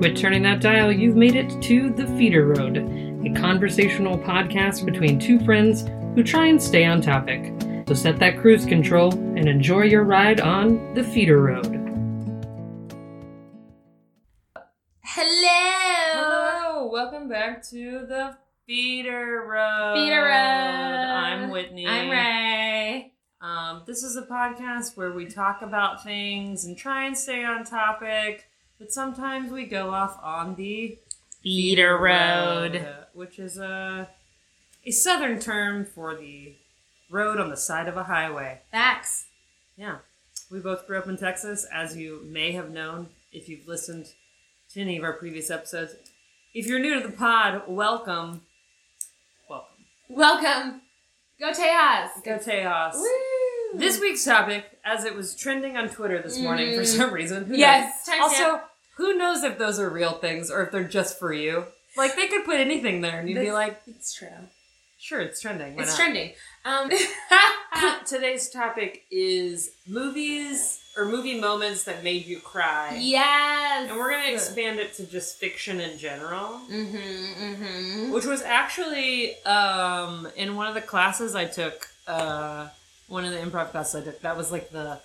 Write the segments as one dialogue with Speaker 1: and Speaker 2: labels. Speaker 1: With Turning That Dial, you've made it to The Feeder Road, a conversational podcast between two friends who try and stay on topic. So set that cruise control and enjoy your ride on The Feeder Road.
Speaker 2: Hello.
Speaker 3: Hello, welcome back to the Feeder Road.
Speaker 2: Feeder Road.
Speaker 3: I'm Whitney.
Speaker 2: I'm Ray.
Speaker 3: Um, this is a podcast where we talk about things and try and stay on topic, but sometimes we go off on the
Speaker 2: Feeder
Speaker 3: which is a a southern term for the road on the side of a highway.
Speaker 2: Facts.
Speaker 3: Yeah. We both grew up in Texas, as you may have known if you've listened to any of our previous episodes. If you're new to the pod, welcome. Welcome.
Speaker 2: Welcome. Go Tejas.
Speaker 3: Go Tejas.
Speaker 2: Woo.
Speaker 3: This week's topic, as it was trending on Twitter this morning for
Speaker 2: Mm.
Speaker 3: some reason. Who
Speaker 2: Yes.
Speaker 3: knows?
Speaker 2: timestamp.
Speaker 3: Also, who knows if those are real things or if they're just for you? Like, they could put anything there and you'd be
Speaker 2: This-
Speaker 3: like,
Speaker 2: it's true.
Speaker 3: sure, it's trending. Why
Speaker 2: It's
Speaker 3: not?
Speaker 2: trending. Um,
Speaker 3: Today's topic is movies or movie moments that made you cry.
Speaker 2: yes.
Speaker 3: And we're going to expand it to just fiction in general,
Speaker 2: Mm-hmm. Mm-hmm.
Speaker 3: which was actually um, in one of the classes I took, uh, one of the improv classes I took. That was like the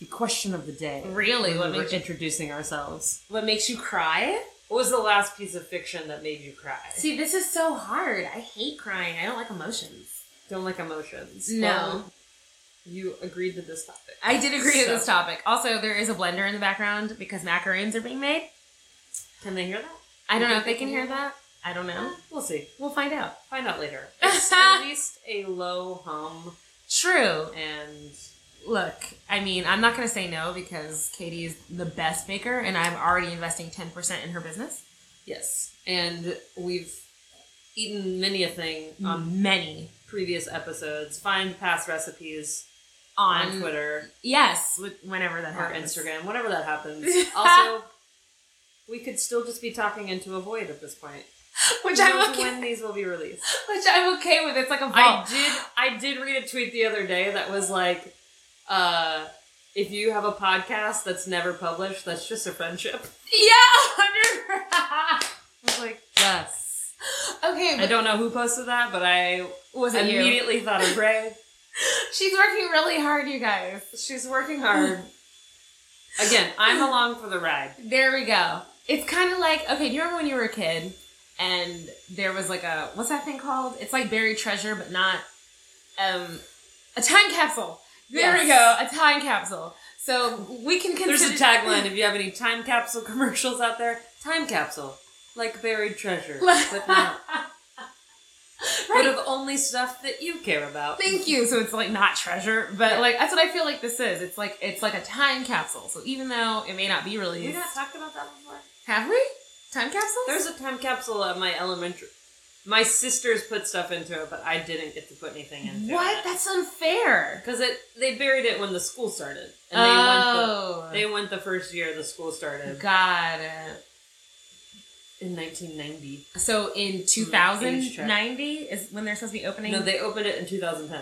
Speaker 3: the question of the day.
Speaker 2: Really?
Speaker 3: when
Speaker 2: What
Speaker 3: we were
Speaker 2: makes you-
Speaker 3: introducing ourselves.
Speaker 2: What makes you cry?
Speaker 3: What was the last piece of fiction that made you cry?
Speaker 2: See, this is so hard. I hate crying. I don't like emotions.
Speaker 3: Don't like emotions.
Speaker 2: No.
Speaker 3: Well, you agreed to this topic.
Speaker 2: I did agree to
Speaker 3: So-
Speaker 2: this topic. Also, there is a blender in the background because macaroons are being made.
Speaker 3: Can they hear that?
Speaker 2: I
Speaker 3: You
Speaker 2: don't know
Speaker 3: think
Speaker 2: if they
Speaker 3: they
Speaker 2: can
Speaker 3: can
Speaker 2: hear
Speaker 3: hear
Speaker 2: that. I don't know.
Speaker 3: We'll see.
Speaker 2: We'll find out.
Speaker 3: Find out later. It's at least a low hum
Speaker 2: True.
Speaker 3: and
Speaker 2: Look, I mean, I'm not going to say no because Katie is the best baker and I'm already investing 10% in her business.
Speaker 3: Yes, and we've eaten many a thing
Speaker 2: Mm.
Speaker 3: on
Speaker 2: um, Many
Speaker 3: previous episodes. Find past recipes
Speaker 2: on,
Speaker 3: on, Twitter
Speaker 2: Yes, with- whenever that
Speaker 3: or
Speaker 2: happens.
Speaker 3: Instagram, whenever that happens. also, we could still just be talking into a void at this point.
Speaker 2: Which
Speaker 3: Who
Speaker 2: I'm
Speaker 3: knows
Speaker 2: okay
Speaker 3: when these will be released.
Speaker 2: which I'm okay with. It's like a
Speaker 3: I
Speaker 2: vault.
Speaker 3: did I did read a tweet the other day that was like, uh, if you have a podcast that's never published, that's just a friendship.
Speaker 2: yeah, 100%.
Speaker 3: I was like, yes.
Speaker 2: Okay,
Speaker 3: I
Speaker 2: but
Speaker 3: don't know who posted that, but I
Speaker 2: was it you?
Speaker 3: immediately thought of Ray.
Speaker 2: She's working really hard, you guys.
Speaker 3: She's working hard. Again, I'm along for the ride.
Speaker 2: There we go. It's kind of like okay. Do you remember when you were a kid and there was like a what's that thing called? It's like buried treasure, but not um a time capsule. There we go,
Speaker 3: Yes.
Speaker 2: a time capsule. So we can consider.
Speaker 3: There's a tagline if you have any time capsule commercials out there. Time capsule, like buried treasure, but not. But
Speaker 2: Right.
Speaker 3: of only stuff that you care about.
Speaker 2: Thank you. So it's like not treasure, but like that's what I feel like this is. It's like it's like a time capsule. So even though it may not be
Speaker 3: Have we
Speaker 2: released,
Speaker 3: not talked about that before?
Speaker 2: have we time capsules?
Speaker 3: There's a time capsule at my elementary. My sisters put stuff into it, but I didn't get to put anything into
Speaker 2: what? That's unfair.
Speaker 3: Because it they buried it when the school started, and they
Speaker 2: oh,
Speaker 3: went the, they went the first year the school started
Speaker 2: got it.
Speaker 3: in 1990.
Speaker 2: So in
Speaker 3: age check.
Speaker 2: 2090 is when they're supposed to be opening.
Speaker 3: No, they opened it in 2010.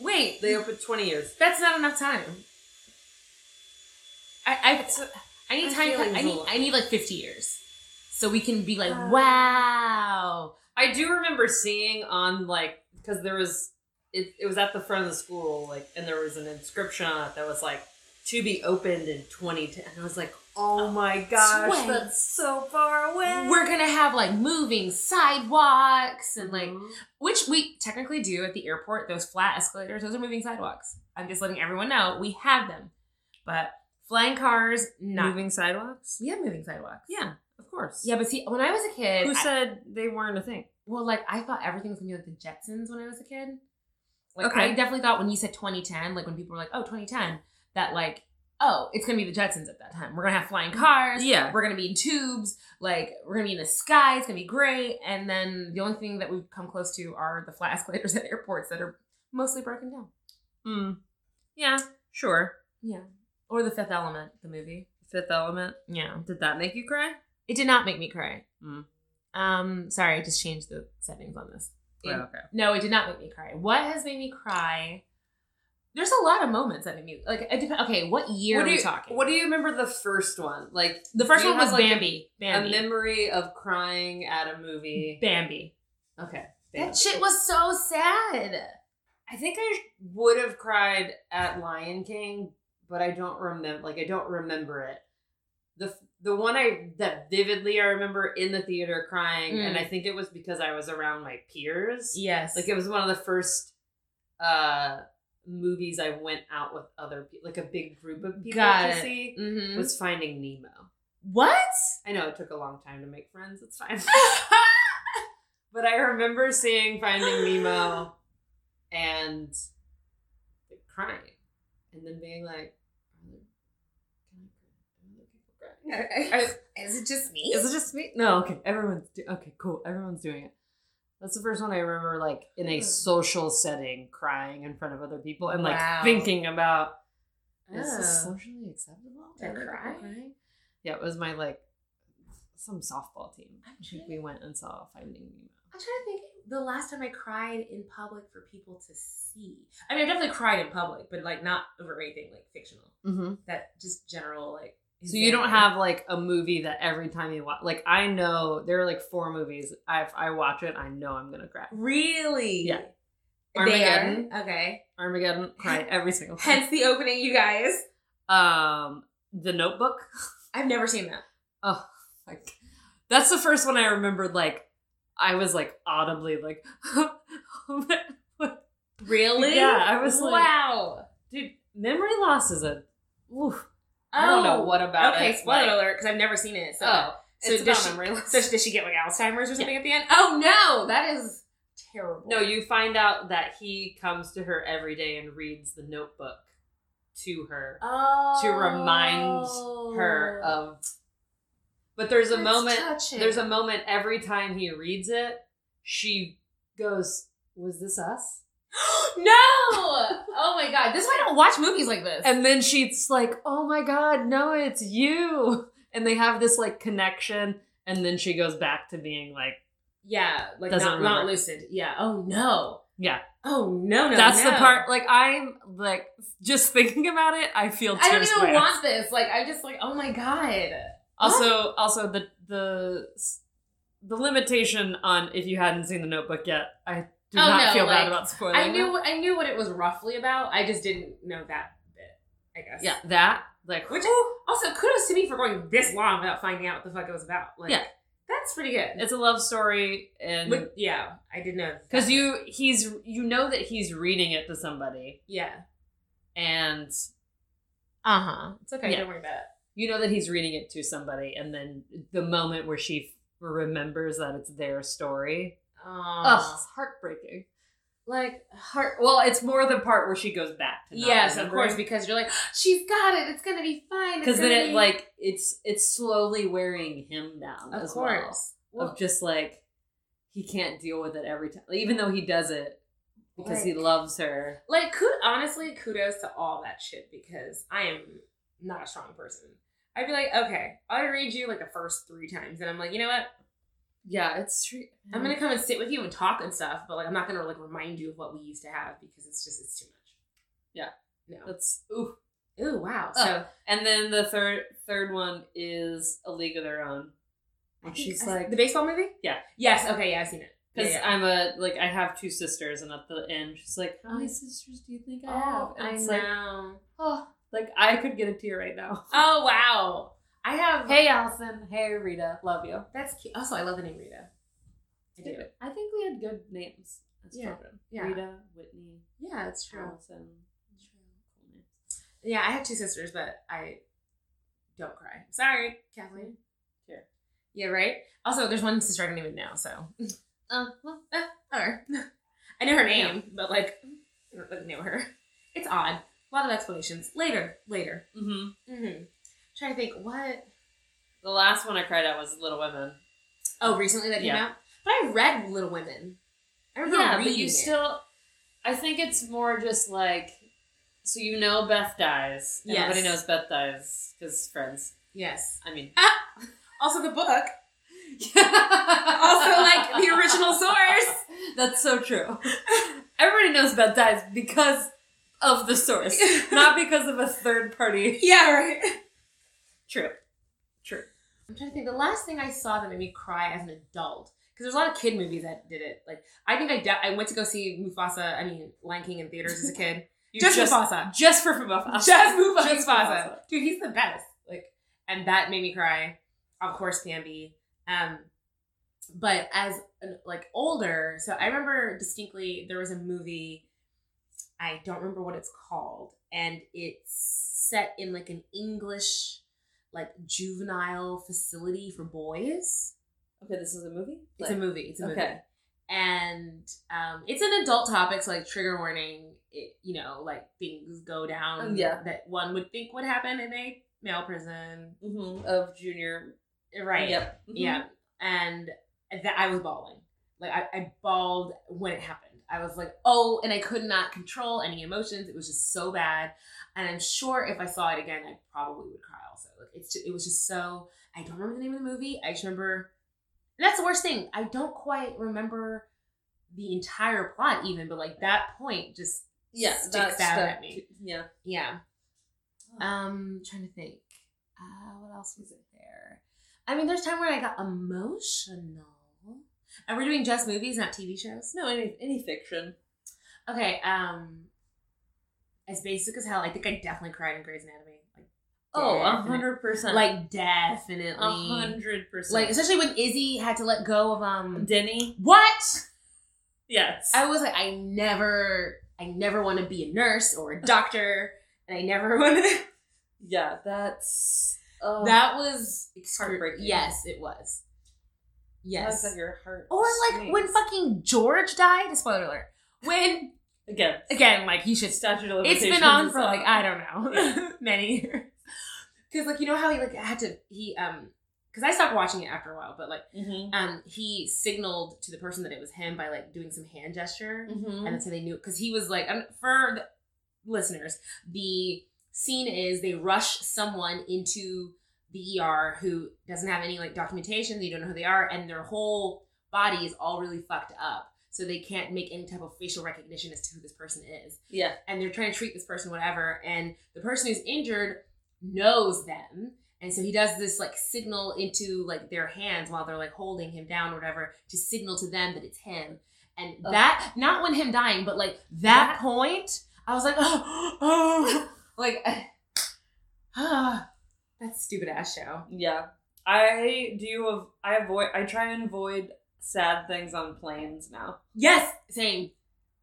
Speaker 2: Wait,
Speaker 3: They opened 20 years.
Speaker 2: that's not enough time. I I, I need
Speaker 3: I'm
Speaker 2: time.
Speaker 3: feeling
Speaker 2: I need
Speaker 3: old.
Speaker 2: I need like 50 years, so we can be like,
Speaker 3: Uh,
Speaker 2: wow.
Speaker 3: Oh, I do remember seeing on like because there was it, it was at the front of the school like and there was an inscription on it that was like to be opened in 2010. And I was like, oh my gosh,
Speaker 2: Sway.
Speaker 3: that's so far away.
Speaker 2: We're gonna have like moving sidewalks and like,
Speaker 3: Mhm.
Speaker 2: which we technically do at the airport. Those flat escalators, those are moving sidewalks. I'm just letting everyone know we have them, but flying cars, not.
Speaker 3: moving sidewalks.
Speaker 2: We have moving sidewalks.
Speaker 3: Yeah, of course.
Speaker 2: Yeah, but see, when I was a kid,
Speaker 3: Who
Speaker 2: I-
Speaker 3: said they weren't a thing?
Speaker 2: Well, like I thought everything was gonna be like the Jetsons when I was a kid. Like
Speaker 3: Okay.
Speaker 2: I definitely thought when you said 2010, like when people were like, "Oh, 2010," that like, oh, it's gonna be the Jetsons at that time. We're gonna have flying cars.
Speaker 3: Yeah.
Speaker 2: We're gonna be in tubes. Like we're gonna be in the sky. It's gonna be great. And then the only thing that we've come close to are the flat escalators at airports that are mostly broken down.
Speaker 3: Hmm. Yeah, sure.
Speaker 2: Yeah. Or the Fifth Element, the movie.
Speaker 3: Fifth Element.
Speaker 2: Yeah.
Speaker 3: Did that make you cry?
Speaker 2: It did not make me cry.
Speaker 3: Mm.
Speaker 2: Um, sorry, I just changed the settings on this. It-
Speaker 3: Well, okay.
Speaker 2: No, it did not make me cry. What has made me cry? There's a lot of moments that make me like. It dep- okay, what year
Speaker 3: what
Speaker 2: are
Speaker 3: do
Speaker 2: we
Speaker 3: you,
Speaker 2: talking?
Speaker 3: What do you remember the first one? Like
Speaker 2: the first
Speaker 3: do you
Speaker 2: one was
Speaker 3: have, like, a-
Speaker 2: Bambi. Bambi.
Speaker 3: a memory of crying at a movie.
Speaker 2: Bambi.
Speaker 3: Okay.
Speaker 2: That shit was so sad.
Speaker 3: I think I would have cried at Lion King, but I don't remember. Like I don't remember it. the The one I that vividly I remember in the theater crying,
Speaker 2: Mm.
Speaker 3: and I think it was because I was around my peers.
Speaker 2: Yes.
Speaker 3: Like it was one of the first uh movies I went out with other people, like a big group of people
Speaker 2: Got
Speaker 3: to
Speaker 2: it.
Speaker 3: see.
Speaker 2: Mhm.
Speaker 3: Was Finding Nemo.
Speaker 2: what?
Speaker 3: I know it took a long time to make friends. It's fine. But I remember seeing Finding Nemo and like, crying, and then being like, "Can I cry? Are other people crying?
Speaker 2: Is it just me?
Speaker 3: Is it just me? No, okay, everyone's do- okay, cool, everyone's doing it." That's the first one I remember, like in a social setting, crying in front of other people and like
Speaker 2: Wow.
Speaker 3: thinking about is this
Speaker 2: Oh.
Speaker 3: socially acceptable
Speaker 2: To
Speaker 3: Are other people
Speaker 2: cry?
Speaker 3: crying? Yeah, it was my like some softball team. I
Speaker 2: I'm
Speaker 3: think we went and saw Finding Nemo.
Speaker 2: I'm trying to think the last time I cried in public for people to see. I mean, I definitely cried in public, but like not over anything like fictional.
Speaker 3: Mm-hmm.
Speaker 2: That just general like.
Speaker 3: So you don't
Speaker 2: insanity.
Speaker 3: have like a movie that every time you watch, like I know there are like four movies. I if I watch it, I know I'm gonna cry.
Speaker 2: really.
Speaker 3: Yeah.
Speaker 2: They
Speaker 3: Armageddon.
Speaker 2: are? Okay.
Speaker 3: Armageddon, cry every single time.
Speaker 2: Hence the opening, you guys.
Speaker 3: Um, The Notebook.
Speaker 2: I've never seen that.
Speaker 3: Oh, like that's the first one I remembered. Like I was like audibly like,
Speaker 2: Really?
Speaker 3: Yeah, I was like-
Speaker 2: wow.
Speaker 3: dude, memory loss is a. Oof, I don't know
Speaker 2: Oh,
Speaker 3: what about
Speaker 2: okay,
Speaker 3: it.
Speaker 2: spoiler
Speaker 3: like-
Speaker 2: alert, because I've never seen it. So,
Speaker 3: Oh,
Speaker 2: so
Speaker 3: it's
Speaker 2: does
Speaker 3: about
Speaker 2: she-
Speaker 3: memory loss.
Speaker 2: so did she get like Alzheimer's or something at the end? Oh no, that is terrible.
Speaker 3: No, you find out that he comes to her every day and reads the notebook to her
Speaker 2: oh.
Speaker 3: to remind her of But there's a
Speaker 2: That's
Speaker 3: moment
Speaker 2: touching.
Speaker 3: there's a moment every time he reads it, she goes, Was this us?
Speaker 2: no. Oh my god, this is why I don't watch movies like this.
Speaker 3: And then she's like, Oh my god, no, it's you And they have this like connection and then she goes back to being like
Speaker 2: yeah, like
Speaker 3: Doesn't
Speaker 2: not, not
Speaker 3: remember.
Speaker 2: lucid. Yeah. Oh no.
Speaker 3: Yeah.
Speaker 2: Oh no. no
Speaker 3: That's the
Speaker 2: no.
Speaker 3: part like I'm like just thinking about it, I feel
Speaker 2: I don't
Speaker 3: tears
Speaker 2: even
Speaker 3: welling up.
Speaker 2: want this. Like I'm just like, oh my god.
Speaker 3: Also, also the the the limitation on if you hadn't seen the Notebook yet, I do
Speaker 2: Oh,
Speaker 3: not
Speaker 2: no,
Speaker 3: feel
Speaker 2: like,
Speaker 3: bad about spoiling.
Speaker 2: I
Speaker 3: it.
Speaker 2: knew I knew what it was roughly about. I just didn't know that bit. I guess.
Speaker 3: yeah, that like
Speaker 2: Which also kudos to me for going this long without finding out what the fuck it was about. Like,
Speaker 3: Yeah.
Speaker 2: that's pretty good.
Speaker 3: it's a love story, and
Speaker 2: But, yeah, I did know
Speaker 3: because you he's you know that he's reading it to somebody,
Speaker 2: yeah.
Speaker 3: and
Speaker 2: Uh huh. It's okay.
Speaker 3: Yeah.
Speaker 2: Don't worry about it.
Speaker 3: you know that he's reading it to somebody, and then the moment where she remembers that it's their story,
Speaker 2: Um,
Speaker 3: ugh, it's heartbreaking. Like heart. Well, it's more the part where she goes back to not
Speaker 2: yes, of
Speaker 3: remembering.
Speaker 2: course, because you're like, she's got it. It's gonna be fine. it's
Speaker 3: because then
Speaker 2: gonna
Speaker 3: it
Speaker 2: be-"
Speaker 3: like it's it's slowly wearing him down
Speaker 2: of
Speaker 3: as
Speaker 2: course.
Speaker 3: well
Speaker 2: Well,
Speaker 3: of just like he can't deal with it every time even though he does it because he
Speaker 2: Like-
Speaker 3: loves her
Speaker 2: like, kud- honestly, kudos to all that shit because I am not a strong person. I'd be like, okay, I read you like the first three times, and I'm like, you know what?
Speaker 3: yeah it's true
Speaker 2: I'm gonna come and sit with you and talk and stuff, but like I'm not gonna like remind you of what we used to have because it's just it's too much.
Speaker 3: Yeah.
Speaker 2: No.
Speaker 3: that's ooh
Speaker 2: Ooh, wow. So
Speaker 3: Oh, and then the third third one is a league of their own
Speaker 2: I think-
Speaker 3: and she's
Speaker 2: I-
Speaker 3: like
Speaker 2: the baseball movie.
Speaker 3: Yeah.
Speaker 2: Yes. Okay. Yeah, I've seen it.
Speaker 3: because
Speaker 2: Yeah, yeah.
Speaker 3: i'm a like i have two sisters and at the end she's like how many
Speaker 2: Oh.
Speaker 3: sisters do you think i have
Speaker 2: Oh,
Speaker 3: and
Speaker 2: I
Speaker 3: it's like
Speaker 2: know.
Speaker 3: oh like i could get a tear right now
Speaker 2: oh wow. I have.
Speaker 3: hey allison hey rita love you
Speaker 2: That's cute. Also, I love the name Rita. I do.
Speaker 3: I think we had good names as
Speaker 2: Yeah,
Speaker 3: children.
Speaker 2: yeah.
Speaker 3: Rita, Whitney,
Speaker 2: Yeah, that's true.
Speaker 3: Allison.
Speaker 2: Yeah, I have two sisters, but I don't cry. Sorry, Kathleen.
Speaker 3: Here.
Speaker 2: Yeah. Right. Also, there's one sister I don't even know. So.
Speaker 3: Uh, well,
Speaker 2: Uh, or I know her name, but like I don't really know her. It's odd. A lot of explanations. Later, later.
Speaker 3: mm-hmm.
Speaker 2: Mm-hmm. Trying to think what.
Speaker 3: The last one I cried at was Little Women.
Speaker 2: Oh, recently that came
Speaker 3: Yeah.
Speaker 2: out. But I read Little Women. I remember reading
Speaker 3: but you
Speaker 2: it.
Speaker 3: still. I think it's more just like. So you know Beth dies.
Speaker 2: Yes.
Speaker 3: Everybody knows Beth dies because friends.
Speaker 2: Yes.
Speaker 3: I mean.
Speaker 2: Also the book.
Speaker 3: also
Speaker 2: Also like the original source.
Speaker 3: That's so true. Everybody knows Beth dies because of the source, not because of a third party
Speaker 2: Yeah, right.
Speaker 3: trip. True.
Speaker 2: I'm trying to think. The last thing I saw that made me cry as an adult, because there's a lot of kid movies that did it. Like I think I de- I went to go see Mufasa. I mean, Lion King in theaters as a kid.
Speaker 3: You
Speaker 2: just,
Speaker 3: just
Speaker 2: Mufasa.
Speaker 3: just for Mufasa.
Speaker 2: Just Mufasa.
Speaker 3: Just Mufasa.
Speaker 2: Dude, he's the best. Like, and that made me cry. Of course, Bambi. Um, but as an, like older, so I remember distinctly there was a movie. I don't remember what it's called, and it's set in like an English, like juvenile facility for boys.
Speaker 3: Okay, this is a movie.
Speaker 2: It's a movie. It's a movie.
Speaker 3: Okay.
Speaker 2: And um, it's an adult topic, so like trigger warning. It, you know, like things go down
Speaker 3: Um, yeah.
Speaker 2: that one would think would happen in a male prison,
Speaker 3: hmm of junior.
Speaker 2: right? Mm-hmm.
Speaker 3: Yep. Mhm.
Speaker 2: Yeah. And that I was bawling. Like I, I bawled when it happened. I was like, oh, and I could not control any emotions. It was just so bad. And I'm sure if I saw it again, I probably would cry also. Like it's ju- it was just so I don't remember the name of the movie. I just remember and that's the worst thing. I don't quite remember the entire plot even, but like that point just
Speaker 3: Yeah.
Speaker 2: Sticks
Speaker 3: that
Speaker 2: out
Speaker 3: stuck.
Speaker 2: at me.
Speaker 3: Yeah.
Speaker 2: yeah. Um, trying to think. Uh, what else was it there? I mean, there's time where I got emotional. And we're doing just movies, not TV shows.
Speaker 3: No, any any fiction.
Speaker 2: Okay. Um, as basic as hell, I think I definitely cried in Grey's Anatomy. Like,
Speaker 3: Oh, a
Speaker 2: definite-
Speaker 3: hundred percent.
Speaker 2: Like definitely.
Speaker 3: a hundred percent.
Speaker 2: Like especially when Izzy had to let go of um.
Speaker 3: Denny.
Speaker 2: what?
Speaker 3: Yes.
Speaker 2: I was like, I never, I never want to be a nurse or a doctor, and I never want to.
Speaker 3: yeah. That's. Oh,
Speaker 2: That was excru-
Speaker 3: Heartbreaking.
Speaker 2: Yes, it was.
Speaker 3: Yes.
Speaker 2: Yes.
Speaker 3: your heart.
Speaker 2: Or like when
Speaker 3: sinks.
Speaker 2: fucking George died. Spoiler alert. When
Speaker 3: again.
Speaker 2: again, like he should.
Speaker 3: Statute of
Speaker 2: It's
Speaker 3: limitations.
Speaker 2: been on
Speaker 3: is
Speaker 2: for like
Speaker 3: up.
Speaker 2: I don't know many years. Because like you know how he like had to he um because I stopped watching it after a while, but like
Speaker 3: Mhm.
Speaker 2: um he signaled to the person that it was him by like doing some hand gesture and
Speaker 3: Mhm.
Speaker 2: that's how they knew because he was like um, for the listeners the scene is they rush someone into the er who doesn't have any like documentation they don't know who they are and their whole body is all really fucked up so they can't make any type of facial recognition as to who this person is
Speaker 3: Yeah.
Speaker 2: and they're trying to treat this person whatever and the person who's injured knows them and so he does this like signal into like their hands while they're like holding him down or whatever to signal to them that it's him and
Speaker 3: Ugh.
Speaker 2: that not when him dying but like that point i was like oh, oh like ah that stupid ass show
Speaker 3: Yeah. I do. Av- I avoid. I try and avoid sad things on planes now
Speaker 2: yes same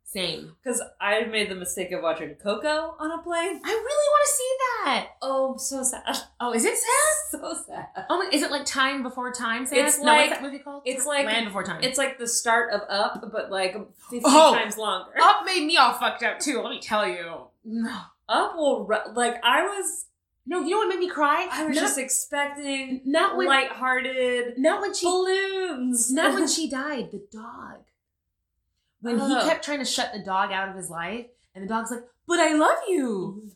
Speaker 2: same
Speaker 3: because I made the mistake of watching Coco on a plane.
Speaker 2: i really want to see that
Speaker 3: Oh, so sad.
Speaker 2: oh is it sad
Speaker 3: So sad.
Speaker 2: oh my- is it like time before time sad?
Speaker 3: It's
Speaker 2: no, what's
Speaker 3: like-
Speaker 2: that movie called
Speaker 3: it's like-
Speaker 2: land before time
Speaker 3: It's like the start of Up, but like fifty
Speaker 2: Oh.
Speaker 3: times longer.
Speaker 2: Up made me all fucked up too. Let me tell you. No,
Speaker 3: Up will ru- like I was.
Speaker 2: no. You know what made me cry?
Speaker 3: I was
Speaker 2: not,
Speaker 3: just expecting
Speaker 2: not when
Speaker 3: lighthearted
Speaker 2: not when she
Speaker 3: balloons.
Speaker 2: not when she died. The dog. When
Speaker 3: Oh.
Speaker 2: he kept trying to shut the dog out of his life, and the dog's like, "But I love you."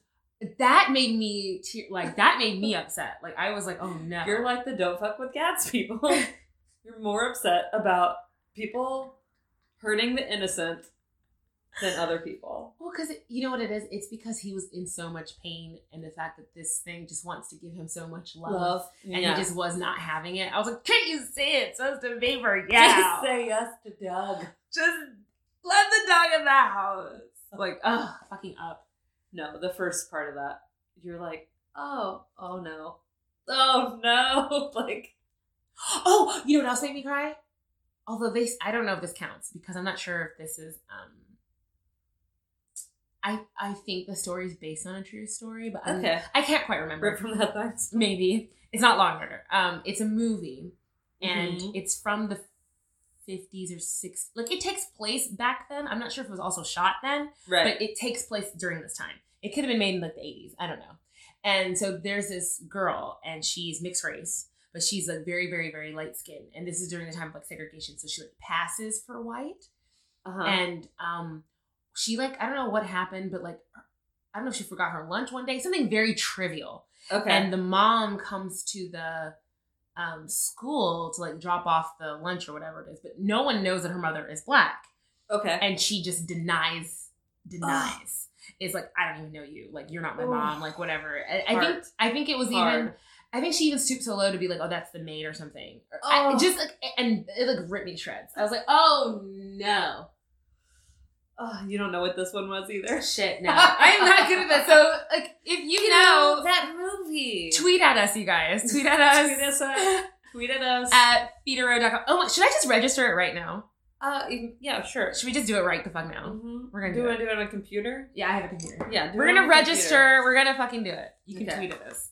Speaker 2: That made me tear. Like that made me upset. Like I was like, "Oh no."
Speaker 3: You're like the don't fuck with cats people. You're more upset about people hurting the innocent than other people.
Speaker 2: well, because you know what it is. It's because he was in so much pain, and the fact that this thing just wants to give him so much love, and
Speaker 3: yeah.
Speaker 2: he just was not having it. I was like, "Can't you see it's supposed to be for
Speaker 3: Just
Speaker 2: yeah?"
Speaker 3: say yes to Doug.
Speaker 2: just let the dog in the house. Like, oh, fucking up.
Speaker 3: No, the first part of that. You're like, oh, oh no. Oh no. like
Speaker 2: Oh, you know what else made me cry? Although they, I don't know if this counts because I'm not sure if this is. um I I think the story is based on a true story, but I'm,
Speaker 3: Okay.
Speaker 2: I can't quite
Speaker 3: Rip
Speaker 2: remember.
Speaker 3: from the headlines.
Speaker 2: Maybe it's not Law and Order. Um, it's a movie, and
Speaker 3: Mhm.
Speaker 2: it's from the. 50s or 60s. Like it takes place back then. I'm not sure if it was also shot then,
Speaker 3: Mm-hmm. Right.
Speaker 2: but it takes place during this time. It could have been made in like the 80s. I don't know. And so there's this girl, and she's mixed race, but she's like very, very, very light skinned. And this is during the time of like segregation. So she like passes for white.
Speaker 3: uh-huh.
Speaker 2: And um, she like, I don't know what happened, but like, I don't know if she forgot her lunch one day, something very trivial.
Speaker 3: okay.
Speaker 2: And the mom comes to the um, school to like drop off the lunch or whatever it is, but no one knows that her mother is black
Speaker 3: okay.
Speaker 2: and she just denies denies is like, I don't even know you. Like, you're not my
Speaker 3: Oh.
Speaker 2: mom. Like, whatever. I, I think
Speaker 3: Heart.
Speaker 2: I think it was even.
Speaker 3: Hard.
Speaker 2: I think she even stooped so low to be like, oh, that's the maid or something. Or, I,
Speaker 3: Oh.
Speaker 2: just like, and it like ripped me to shreds. I was like, oh no.
Speaker 3: Oh, you don't know what this one was either.
Speaker 2: Shit, no. I'm not good at this. So, like, if you know,
Speaker 3: that movie. Tweet,
Speaker 2: tweet at us, you guys. Tweet at us.
Speaker 3: Tweet us at- tweet at us.
Speaker 2: at feederow.com. Oh, should I just register it right now?
Speaker 3: uh, yeah, sure.
Speaker 2: Should we just do it right the fuck now?
Speaker 3: Mhm.
Speaker 2: We're gonna
Speaker 3: Do
Speaker 2: do
Speaker 3: you
Speaker 2: it.
Speaker 3: want to do it on a computer?
Speaker 2: Yeah, I have a computer.
Speaker 3: Yeah, do
Speaker 2: We're
Speaker 3: it on
Speaker 2: gonna
Speaker 3: a computer.
Speaker 2: register. We're gonna fucking do it. You can
Speaker 3: Okay.
Speaker 2: tweet at us.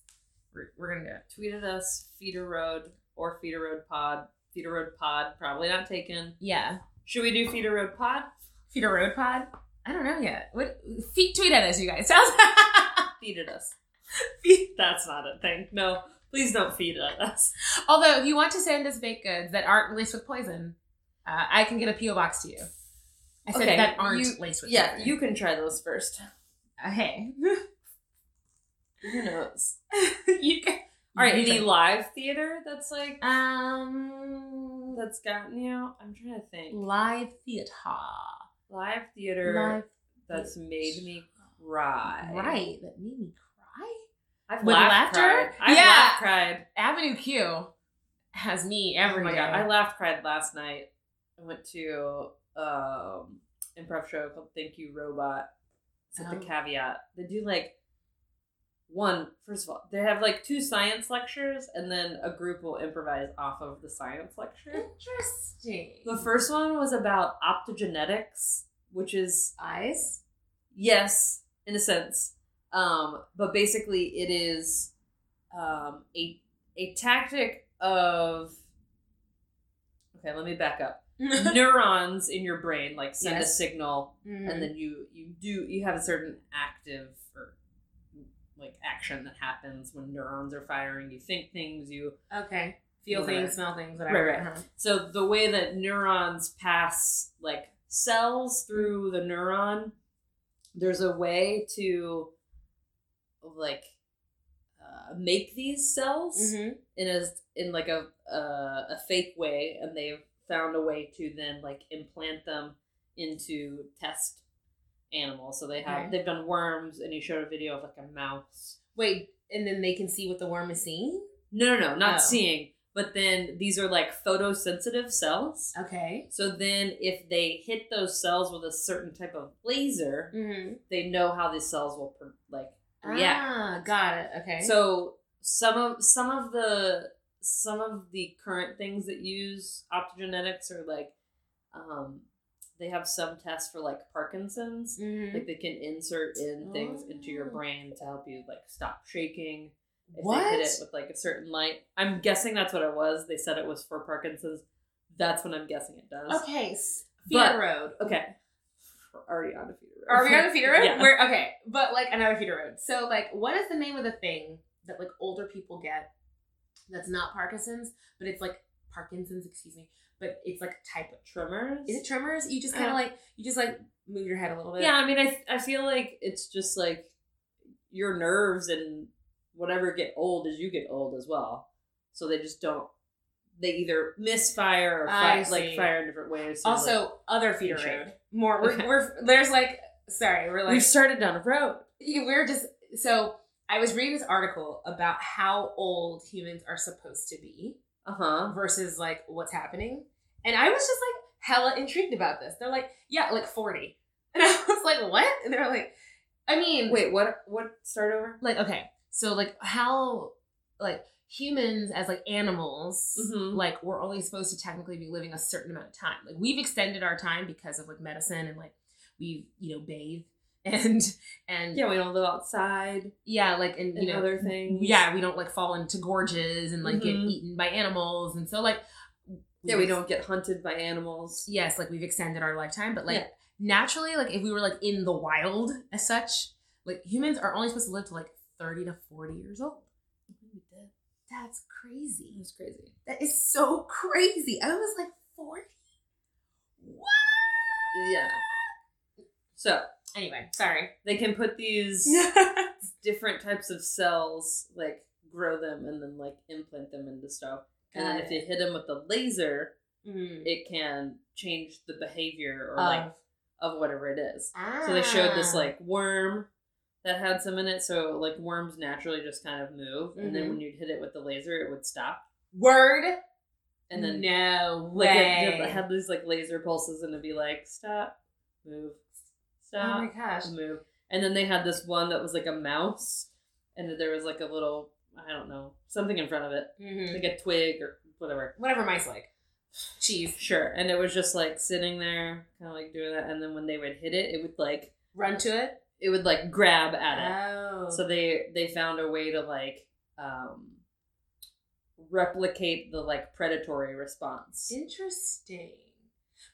Speaker 2: We're, we're gonna do it.
Speaker 3: Tweet at us, Feeder Road or Feeder Road Pod. Feeder Road Pod, probably not taken.
Speaker 2: Yeah.
Speaker 3: Should we do Feeder Road Pod?
Speaker 2: Feeder Road Pod? I don't know yet. What? Feet tweet at us, you guys. Sounds.
Speaker 3: Feed at us. That's not a thing. No, please don't feed at us.
Speaker 2: Although, if you want to send us baked goods that aren't laced with poison, uh, I can get a PO box to you. I said
Speaker 3: Okay,
Speaker 2: that aren't
Speaker 3: you-
Speaker 2: laced with
Speaker 3: Yeah,
Speaker 2: poison.
Speaker 3: you can try those first.
Speaker 2: Uh, hey.
Speaker 3: Who knows?
Speaker 2: you can.
Speaker 3: All right,
Speaker 2: You
Speaker 3: any
Speaker 2: can-
Speaker 3: live theater that's like
Speaker 2: Um.
Speaker 3: that's gotten you? I'm trying to think.
Speaker 2: Live theater.
Speaker 3: Live theater
Speaker 2: Live.
Speaker 3: that's made me cry.
Speaker 2: Right. That made me cry.
Speaker 3: I've
Speaker 2: With
Speaker 3: laughed,
Speaker 2: laughter?
Speaker 3: cried. I've
Speaker 2: Yeah.
Speaker 3: laughed, cried.
Speaker 2: Avenue Q has me
Speaker 3: Oh
Speaker 2: every
Speaker 3: my
Speaker 2: day.
Speaker 3: god, I laughed, cried last night. I went to um improv show called Thank You Robot. It's at the
Speaker 2: Oh.
Speaker 3: caveat. They do like one, first of all, they have like two science lectures and then a group will improvise off of the science lecture.
Speaker 2: Interesting.
Speaker 3: The first one was about optogenetics, which is
Speaker 2: eyes.
Speaker 3: yes, in a sense, um, but basically it is um, a a tactic of. Okay, let me back up. Neurons in your brain like send a
Speaker 2: Yes.
Speaker 3: signal,
Speaker 2: Mm-hmm.
Speaker 3: and then you you do you have a certain active or like action that happens when neurons are firing. You think things. You
Speaker 2: okay. Feel
Speaker 3: Whatever.
Speaker 2: things, smell things, whatever.
Speaker 3: Right, right.
Speaker 2: Uh-huh.
Speaker 3: So the way that neurons pass like cells through the neuron, there's a way to like uh, make these cells
Speaker 2: Mm-hmm.
Speaker 3: in a in like a uh, a fake way, and they've found a way to then like implant them into test animals. So they have
Speaker 2: Okay.
Speaker 3: they've done worms, and he showed a video of like a mouse
Speaker 2: Wait, and then they can see what the worm is seeing.
Speaker 3: no, no, no, not
Speaker 2: Oh.
Speaker 3: seeing. But then these are like photosensitive cells.
Speaker 2: Okay.
Speaker 3: So then if they hit those cells with a certain type of laser,
Speaker 2: Mm-hmm.
Speaker 3: they know how these cells will per- like react.
Speaker 2: Yeah. Ah, got it. Okay.
Speaker 3: So some of some of the some of the current things that use optogenetics are like um they have some tests for like Parkinson's.
Speaker 2: Mhm.
Speaker 3: Like they can insert in things into your
Speaker 2: Oh.
Speaker 3: brain to help you like stop shaking. If they
Speaker 2: what?
Speaker 3: hit it with like a certain light. I'm guessing that's what it was. They said it was for Parkinson's. That's what I'm guessing it does.
Speaker 2: okay. s-
Speaker 3: But-
Speaker 2: Feeder road.
Speaker 3: Okay. We're already on a feeder road.
Speaker 2: Are we on the feeder road?
Speaker 3: Yeah.
Speaker 2: We're okay, but like another feeder road. So like, what is the name of the thing that like older people get that's not Parkinson's, but it's like Parkinson's, excuse me, but it's like a type of
Speaker 3: Tremors?
Speaker 2: is it tremors? You just kind of
Speaker 3: Uh,
Speaker 2: like you just like move your head a little bit.
Speaker 3: yeah, I mean, I, I feel like it's just like your nerves and whatever get old as you get old as well. So they just don't, they either misfire or
Speaker 2: I
Speaker 3: fire, like
Speaker 2: see.
Speaker 3: fire in different ways. So
Speaker 2: Also,
Speaker 3: like-
Speaker 2: other feeder
Speaker 3: shape.
Speaker 2: road. More. We're,
Speaker 3: Okay.
Speaker 2: we're there's like sorry, we're like
Speaker 3: we've started down a road.
Speaker 2: you- we're just so. I was reading this article about how old humans are supposed to be.
Speaker 3: Uh huh.
Speaker 2: versus like what's happening. And I was just like hella intrigued about this. They're like, yeah, like 40. And I was like, what? And they're like, I mean,
Speaker 3: Wait, what? What? Start over?
Speaker 2: like, okay. So, like, how, like, humans as like animals,
Speaker 3: Mhm.
Speaker 2: like, we're only supposed to technically be living a certain amount of time. Like, we've extended our time because of like medicine and like we've, you know, bathe and, and yeah,
Speaker 3: Yeah, we don't live outside
Speaker 2: like, and,
Speaker 3: and
Speaker 2: you know,
Speaker 3: other things.
Speaker 2: yeah, we don't like fall into gorges and like get
Speaker 3: Mhm.
Speaker 2: eaten by animals. And so, like,
Speaker 3: Yeah, we don't get hunted by animals.
Speaker 2: yes, like we've extended our lifetime, but like
Speaker 3: Yeah.
Speaker 2: naturally, like if we were like in the wild as such, like humans are only supposed to live to like 30 to 40 years old. That's crazy.
Speaker 3: It's crazy.
Speaker 2: That is so crazy. I was like 40. What?
Speaker 3: Yeah. So
Speaker 2: Anyway, sorry. Mm.
Speaker 3: they can put these different types of cells, like grow them and then like implant them into stuff. And then
Speaker 2: Got
Speaker 3: if
Speaker 2: it.
Speaker 3: you hit them with a laser,
Speaker 2: Mm.
Speaker 3: it can change the behavior or
Speaker 2: Uh,
Speaker 3: like of whatever it is. So they showed this
Speaker 2: ah.
Speaker 3: like worm that had some in it. So like worms naturally just kind of move, and then
Speaker 2: Mhm.
Speaker 3: when you'd hit it with the laser, it would stop.
Speaker 2: word,
Speaker 3: And
Speaker 2: Mm.
Speaker 3: then
Speaker 2: no
Speaker 3: like
Speaker 2: way.
Speaker 3: it, it had these like laser pulses, and it'd be like stop, move,
Speaker 2: oh
Speaker 3: stop,
Speaker 2: my gosh,
Speaker 3: move. And then they had this one that was like a mouse, and there was like a little I don't know something in front of it,
Speaker 2: hmm
Speaker 3: like a twig or whatever.
Speaker 2: whatever mice like, cheese,
Speaker 3: Sure. And it was just like sitting there, kind of like doing that. And then when they would hit it, it would like
Speaker 2: run to it.
Speaker 3: it would like grab at it.
Speaker 2: Oh,
Speaker 3: So they they found a way to like um replicate the like predatory response.
Speaker 2: Interesting.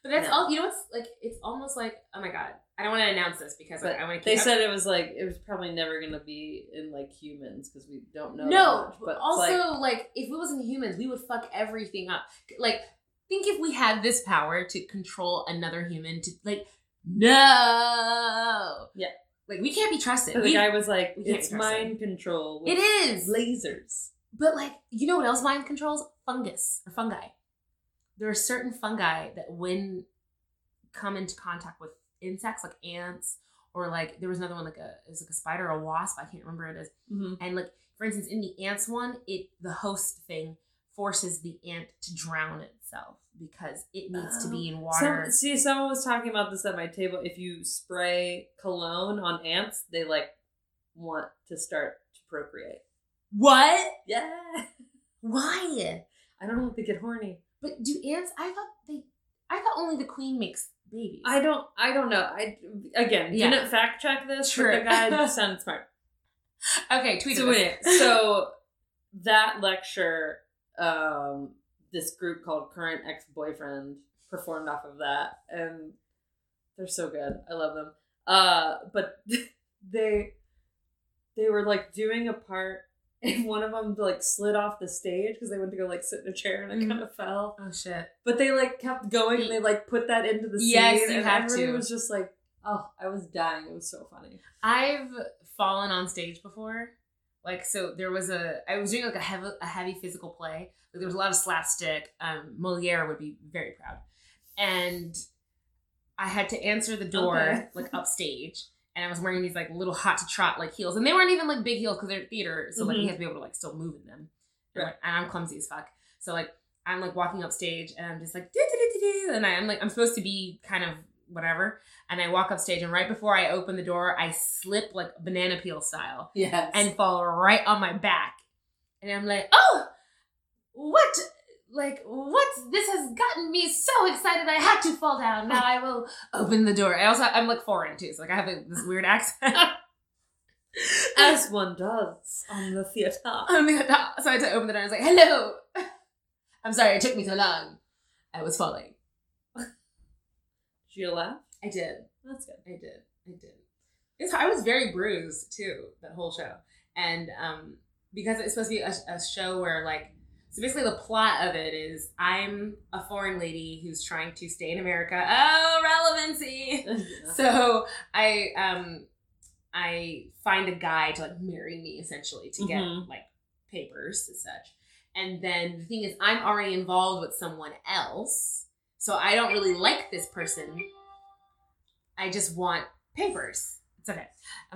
Speaker 2: But that's
Speaker 3: Yeah.
Speaker 2: all. You know what's like? It's almost like oh my god. I don't want to announce this because like,
Speaker 3: But
Speaker 2: I want to.
Speaker 3: They said it was like it was probably never gonna be in like humans because we don't know. that
Speaker 2: no.
Speaker 3: much,
Speaker 2: but
Speaker 3: but
Speaker 2: also,
Speaker 3: like,
Speaker 2: like, if it wasn't humans, we would fuck everything up. Like, think if we had this power to control another human to like no.
Speaker 3: Yeah.
Speaker 2: Like we can't be trusted.
Speaker 3: so the
Speaker 2: We-
Speaker 3: guy was like,
Speaker 2: we can't
Speaker 3: "It's
Speaker 2: trust him."
Speaker 3: mind control.
Speaker 2: it is.
Speaker 3: lasers."
Speaker 2: But like, you know what else mind controls? Fungus or fungi. There are certain fungi that when come into contact with insects, like ants, or like there was another one like a it was like a spider or a wasp, I can't remember what it is.
Speaker 3: hmm
Speaker 2: And like for instance, in the ants one, it the host thing forces the ant to drown itself because it needs to be in water.
Speaker 3: Some, see, someone was talking about this at my table. If you spray cologne on ants, they like want to start to procreate.
Speaker 2: what?
Speaker 3: Yeah,
Speaker 2: Why?
Speaker 3: I don't know if they get horny.
Speaker 2: But do ants I thought they I thought only the queen makes babies.
Speaker 3: I don't. I don't know. I again
Speaker 2: Yeah.
Speaker 3: didn't fact check this.
Speaker 2: Sure.
Speaker 3: But the guy sounded smart.
Speaker 2: okay, tweet
Speaker 3: So,
Speaker 2: us.
Speaker 3: wait, so that lecture, um, this group called Current Ex Boyfriend performed off of that, and they're so good. I love them. Uh, but they they were like doing a part, and one of them like slid off the stage because they went to go like sit in a chair, and it
Speaker 2: Mhm.
Speaker 3: kind of fell.
Speaker 2: Oh shit.
Speaker 3: But they like kept going, and they like put that into the scene.
Speaker 2: Yes, you
Speaker 3: and
Speaker 2: have
Speaker 3: everybody
Speaker 2: to.
Speaker 3: was just like, oh, I was dying. It was so funny.
Speaker 2: I've fallen on stage before. Like so there was a I was doing like a heavy a heavy physical play. Like there was a lot of slapstick. Um Moliere would be very proud. And I had to answer the door
Speaker 3: Okay.
Speaker 2: like upstage. And I was wearing these like little hot to trot like heels. And they weren't even like big heels because they're theater. So like
Speaker 3: Mhm.
Speaker 2: you have to be able to like still move in them. And,
Speaker 3: Right.
Speaker 2: like, and I'm clumsy as fuck. So like I'm like walking upstage and I'm just like do do do do and I, I'm like I'm supposed to be kind of whatever. And I walk upstage and right before I open the door, I slip like banana peel style
Speaker 3: Yes.
Speaker 2: and fall right on my back. And I'm like, oh, what? Like what? This has gotten me so excited. I had to fall down. Now I will open the door. I also I'm like foreign too, so like I have like, this weird accent.
Speaker 3: as one does on the theater.
Speaker 2: Oh my god! no. So I had to open the door. and I was like, "Hello." I'm sorry it took me so long. I was falling.
Speaker 3: Did you laugh?
Speaker 2: I did.
Speaker 3: That's good.
Speaker 2: I did. I did. It's, I was very bruised too that whole show, and um, because it's supposed to be a, a show where like, so basically the plot of it is I'm a foreign lady who's trying to stay in America. Oh, relevancy. so I um I find a guy to like marry me essentially to get
Speaker 3: Mhm.
Speaker 2: like papers and such. And then the thing is I'm already involved with someone else. So I don't really like this person. I just want papers. It's okay.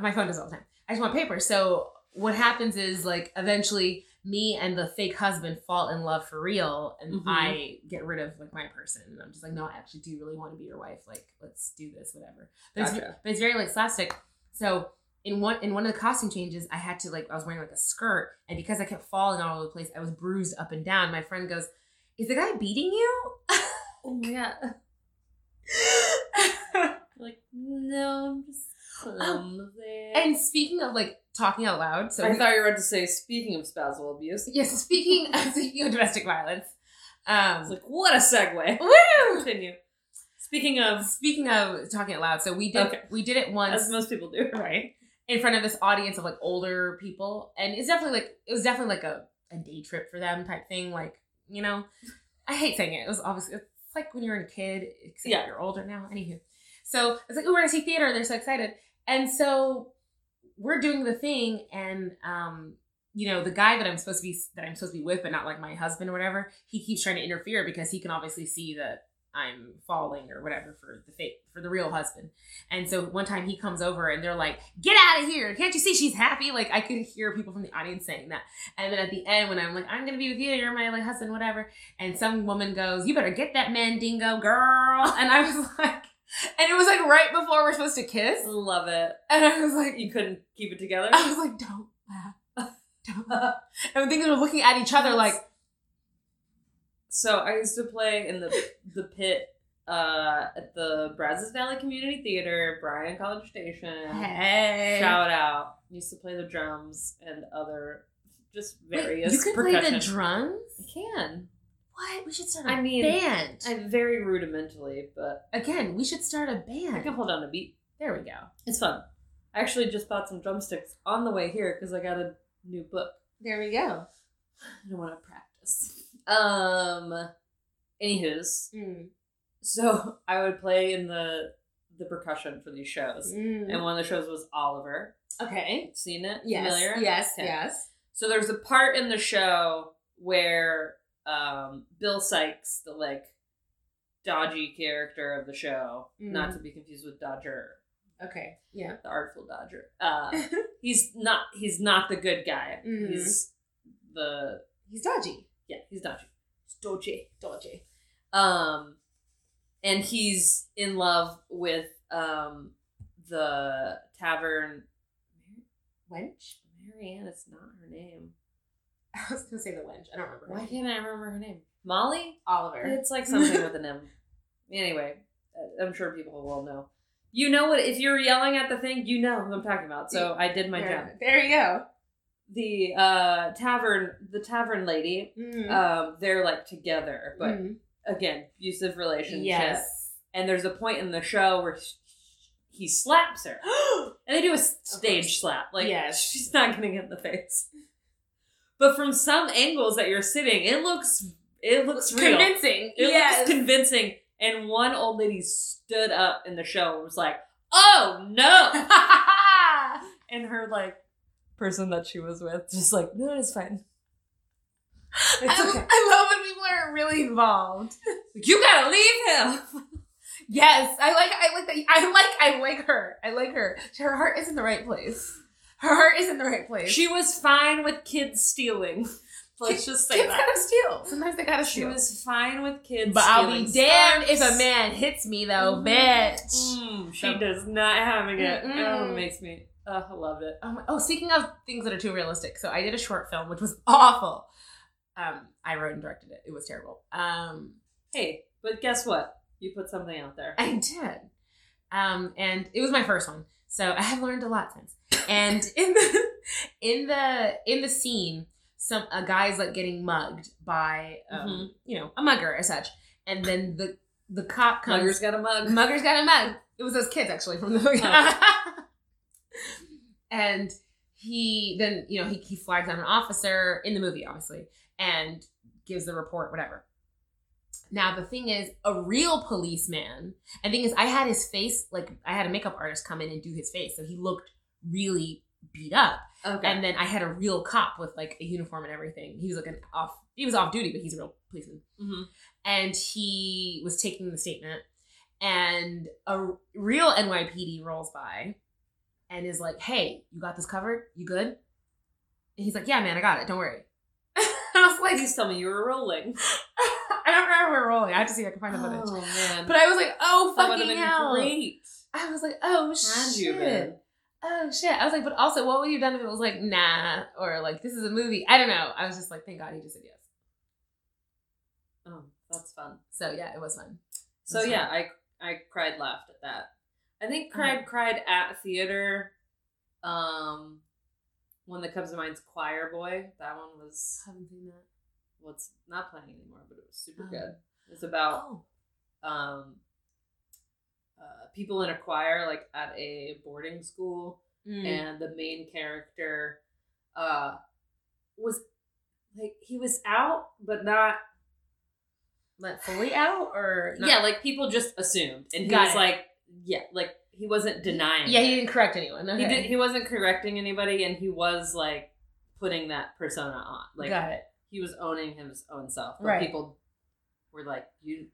Speaker 2: My phone does all the time. I just want papers. So what happens is like eventually me and the fake husband fall in love for real and
Speaker 3: Mhm.
Speaker 2: I get rid of like my person and I'm just like, no, I actually do really want to be your wife. Like, let's do this, whatever. But, it's,
Speaker 3: Gotcha.
Speaker 2: but it's very like slapstick. So in one in one of the costume changes, I had to like I was wearing like a skirt, and because I kept falling all over the place, I was bruised up and down. My friend goes, "Is the guy beating you?"
Speaker 3: yeah. Like no, I'm just clumsy.
Speaker 2: and speaking of like talking out loud, so
Speaker 3: Um, I
Speaker 2: we-
Speaker 3: thought you were about to say. Speaking of spousal abuse,
Speaker 2: yes, speaking speaking of domestic violence,
Speaker 3: I
Speaker 2: um,
Speaker 3: was like, what a segue.
Speaker 2: woo!
Speaker 3: Continue. Speaking of,
Speaker 2: Speaking of talking out loud, so we did
Speaker 3: Okay.
Speaker 2: we did it once.
Speaker 3: as most people do, right?
Speaker 2: in front of this audience of like older people and it's definitely like it was definitely like a, a day trip for them type thing like you know i hate saying it it was obviously it's like when you're a kid except
Speaker 3: Yeah.
Speaker 2: you're older now anywho so it's like oh we're gonna see theater they're so excited and so we're doing the thing and um you know the guy that i'm supposed to be that i'm supposed to be with but not like my husband or whatever he keeps trying to interfere because he can obviously see that I'm falling or whatever for the fake for the real husband. And so one time he comes over and they're like, "Get out of here! Can't you see she's happy?" Like I could hear people from the audience saying that. And then at the end when I'm like, "I'm gonna be with you, you're my like husband, whatever," and some woman goes, "You better get that man, dingo girl," and I was like, and it was like right before we're supposed to kiss,
Speaker 3: Love it.
Speaker 2: and I was like,
Speaker 3: You couldn't keep it together.
Speaker 2: I was like, "Don't laugh." Don't laugh. And I think they were looking at each other like,
Speaker 3: So I used to play in the the pit uh, at the Brazos Valley Community Theater, Bryan College Station.
Speaker 2: "Hey,
Speaker 3: Shout out! Used to play the drums and other just
Speaker 2: Wait,
Speaker 3: various.
Speaker 2: you could
Speaker 3: percussion.
Speaker 2: play the drums.
Speaker 3: I can.
Speaker 2: What? We should start. a
Speaker 3: I mean,
Speaker 2: band.
Speaker 3: I very rudimentally, but
Speaker 2: Again, we should start a
Speaker 3: I can
Speaker 2: band.
Speaker 3: hold down a beat.
Speaker 2: There we go.
Speaker 3: It's fun. I actually just bought some drumsticks on the way here because I got a new book.
Speaker 2: There we go.
Speaker 3: I want to practice. Um, anywho's,
Speaker 2: Mm,
Speaker 3: so I would play in the the percussion for these shows, and one of the shows was Oliver.
Speaker 2: Okay.
Speaker 3: Seen it?
Speaker 2: mm. Yes.
Speaker 3: Familiar?
Speaker 2: Yes.
Speaker 3: Okay.
Speaker 2: Yes.
Speaker 3: So there's a part in the show where um, Bill Sykes, the like dodgy character of the show,
Speaker 2: Mm.
Speaker 3: not to be confused with Dodger,
Speaker 2: Okay. Yeah.
Speaker 3: the artful Dodger. Uh, he's not. He's not the good guy.
Speaker 2: Mhm.
Speaker 3: He's the
Speaker 2: He's dodgy.
Speaker 3: yeah. He's dodgy. He's dodgy. Dodgy. Um, and he's in love with um the tavern.
Speaker 2: Wench.
Speaker 3: Marianne, it's not her name.
Speaker 2: I was gonna say the wench. I don't remember.
Speaker 3: Why can't I remember her name? Molly.
Speaker 2: Oliver?
Speaker 3: It's like something with an M. Anyway, uh, I'm sure people will know. You know what? If you're yelling at the thing, you know who I'm talking about. So I did my job.
Speaker 2: there, there you go.
Speaker 3: The uh, tavern, the tavern lady.
Speaker 2: Mm.
Speaker 3: Um, they're like together, but
Speaker 2: Mm.
Speaker 3: again, abusive relationship.
Speaker 2: yes.
Speaker 3: And there's a point in the show where he, he slaps her, and they do a s- stage slap. Like
Speaker 2: Yes.
Speaker 3: she's not getting hit in the face. But from some angles that you're sitting, it looks it looks real.
Speaker 2: Convincing.
Speaker 3: It
Speaker 2: yes.
Speaker 3: looks convincing. And one old lady stood up in the show and was like, "Oh no!"
Speaker 2: Ah!
Speaker 3: and her like person that she was with just like, "No, it's fine. It's
Speaker 2: I,
Speaker 3: okay.
Speaker 2: I love when people are really involved.
Speaker 3: You gotta leave him."
Speaker 2: Yes, I like I like that. I like I like her. I like her. Her heart is in the right place. Her heart is in the right place.
Speaker 3: She was fine with kids stealing. Let's just say
Speaker 2: Kids
Speaker 3: that
Speaker 2: gotta steal. Sometimes they gotta
Speaker 3: she
Speaker 2: steal.
Speaker 3: was fine with kids.
Speaker 2: but I'll be
Speaker 3: stealing
Speaker 2: damned if
Speaker 3: scarves.
Speaker 2: a man hits me though,
Speaker 3: Mhm.
Speaker 2: bitch.
Speaker 3: Mm, she does not having it.
Speaker 2: Mm-mm.
Speaker 3: Oh, it makes me. Oh, I love it.
Speaker 2: Oh, my, oh, speaking of things that are too realistic, so I did a short film which was awful. Um, I wrote and directed it. It was terrible. Um,
Speaker 3: Hey, but guess what? You put something out there.
Speaker 2: I did. Um, and it was my first one, so I have learned a lot since. And in the in the in the scene, some a guy's like getting mugged by um,
Speaker 3: Mhm.
Speaker 2: you know a mugger as such, and then the the cop comes.
Speaker 3: Mugger's got a mug.
Speaker 2: Mugger's got a mug. It was those kids actually from the and he then you know he, he flags down an officer in the movie obviously and gives the report whatever. Now the thing is, a real policeman. And thing is, I had his face like I had a makeup artist come in and do his face, so he looked really beat up.
Speaker 3: Okay.
Speaker 2: And then I had a real cop with like a uniform and everything. He was like an off. He was off duty, but he's a real policeman
Speaker 3: Mhm.
Speaker 2: and he was taking the statement and a r- real NYPD rolls by and is like, "Hey, you got this covered? You good?" And he's like, "Yeah, man, I got it. Don't worry." I was like,
Speaker 3: Please tell me you were rolling.
Speaker 2: "I don't remember where we're rolling. I have to see if I can find the footage."
Speaker 3: man.
Speaker 2: But I was like, "Oh
Speaker 3: Oh. that would have
Speaker 2: fucking
Speaker 3: been
Speaker 2: hell!"
Speaker 3: great.
Speaker 2: I was like, "Oh
Speaker 3: Had
Speaker 2: shit!"
Speaker 3: you been.
Speaker 2: Oh shit! I was like, "But also, what would you have done if it was like, nah, or like this is a movie? I don't know." I was just like, "Thank God he just said yes."
Speaker 3: Oh, that's fun.
Speaker 2: So yeah, it was fun.
Speaker 3: So
Speaker 2: That's Uh-huh.
Speaker 3: yeah, I I cried laughed at that. I think cried cried at theater. Um, one that comes to mind is Choir Boy. That one was
Speaker 2: haven't seen that.
Speaker 3: well, it's not playing anymore, but it was super
Speaker 2: Oh.
Speaker 3: good. It's about
Speaker 2: Oh,
Speaker 3: um, uh, people in a choir, like at a boarding school,
Speaker 2: Mm.
Speaker 3: and the main character uh was like he was out but not
Speaker 2: like fully out or not?
Speaker 3: yeah like people just assumed and he
Speaker 2: Got
Speaker 3: was
Speaker 2: it.
Speaker 3: like yeah like he wasn't denying
Speaker 2: Yeah, he
Speaker 3: it.
Speaker 2: didn't correct anyone. Okay.
Speaker 3: he did he wasn't correcting anybody and he was like putting that persona on like
Speaker 2: Got it.
Speaker 3: he was owning his own self but
Speaker 2: Right.
Speaker 3: people were like you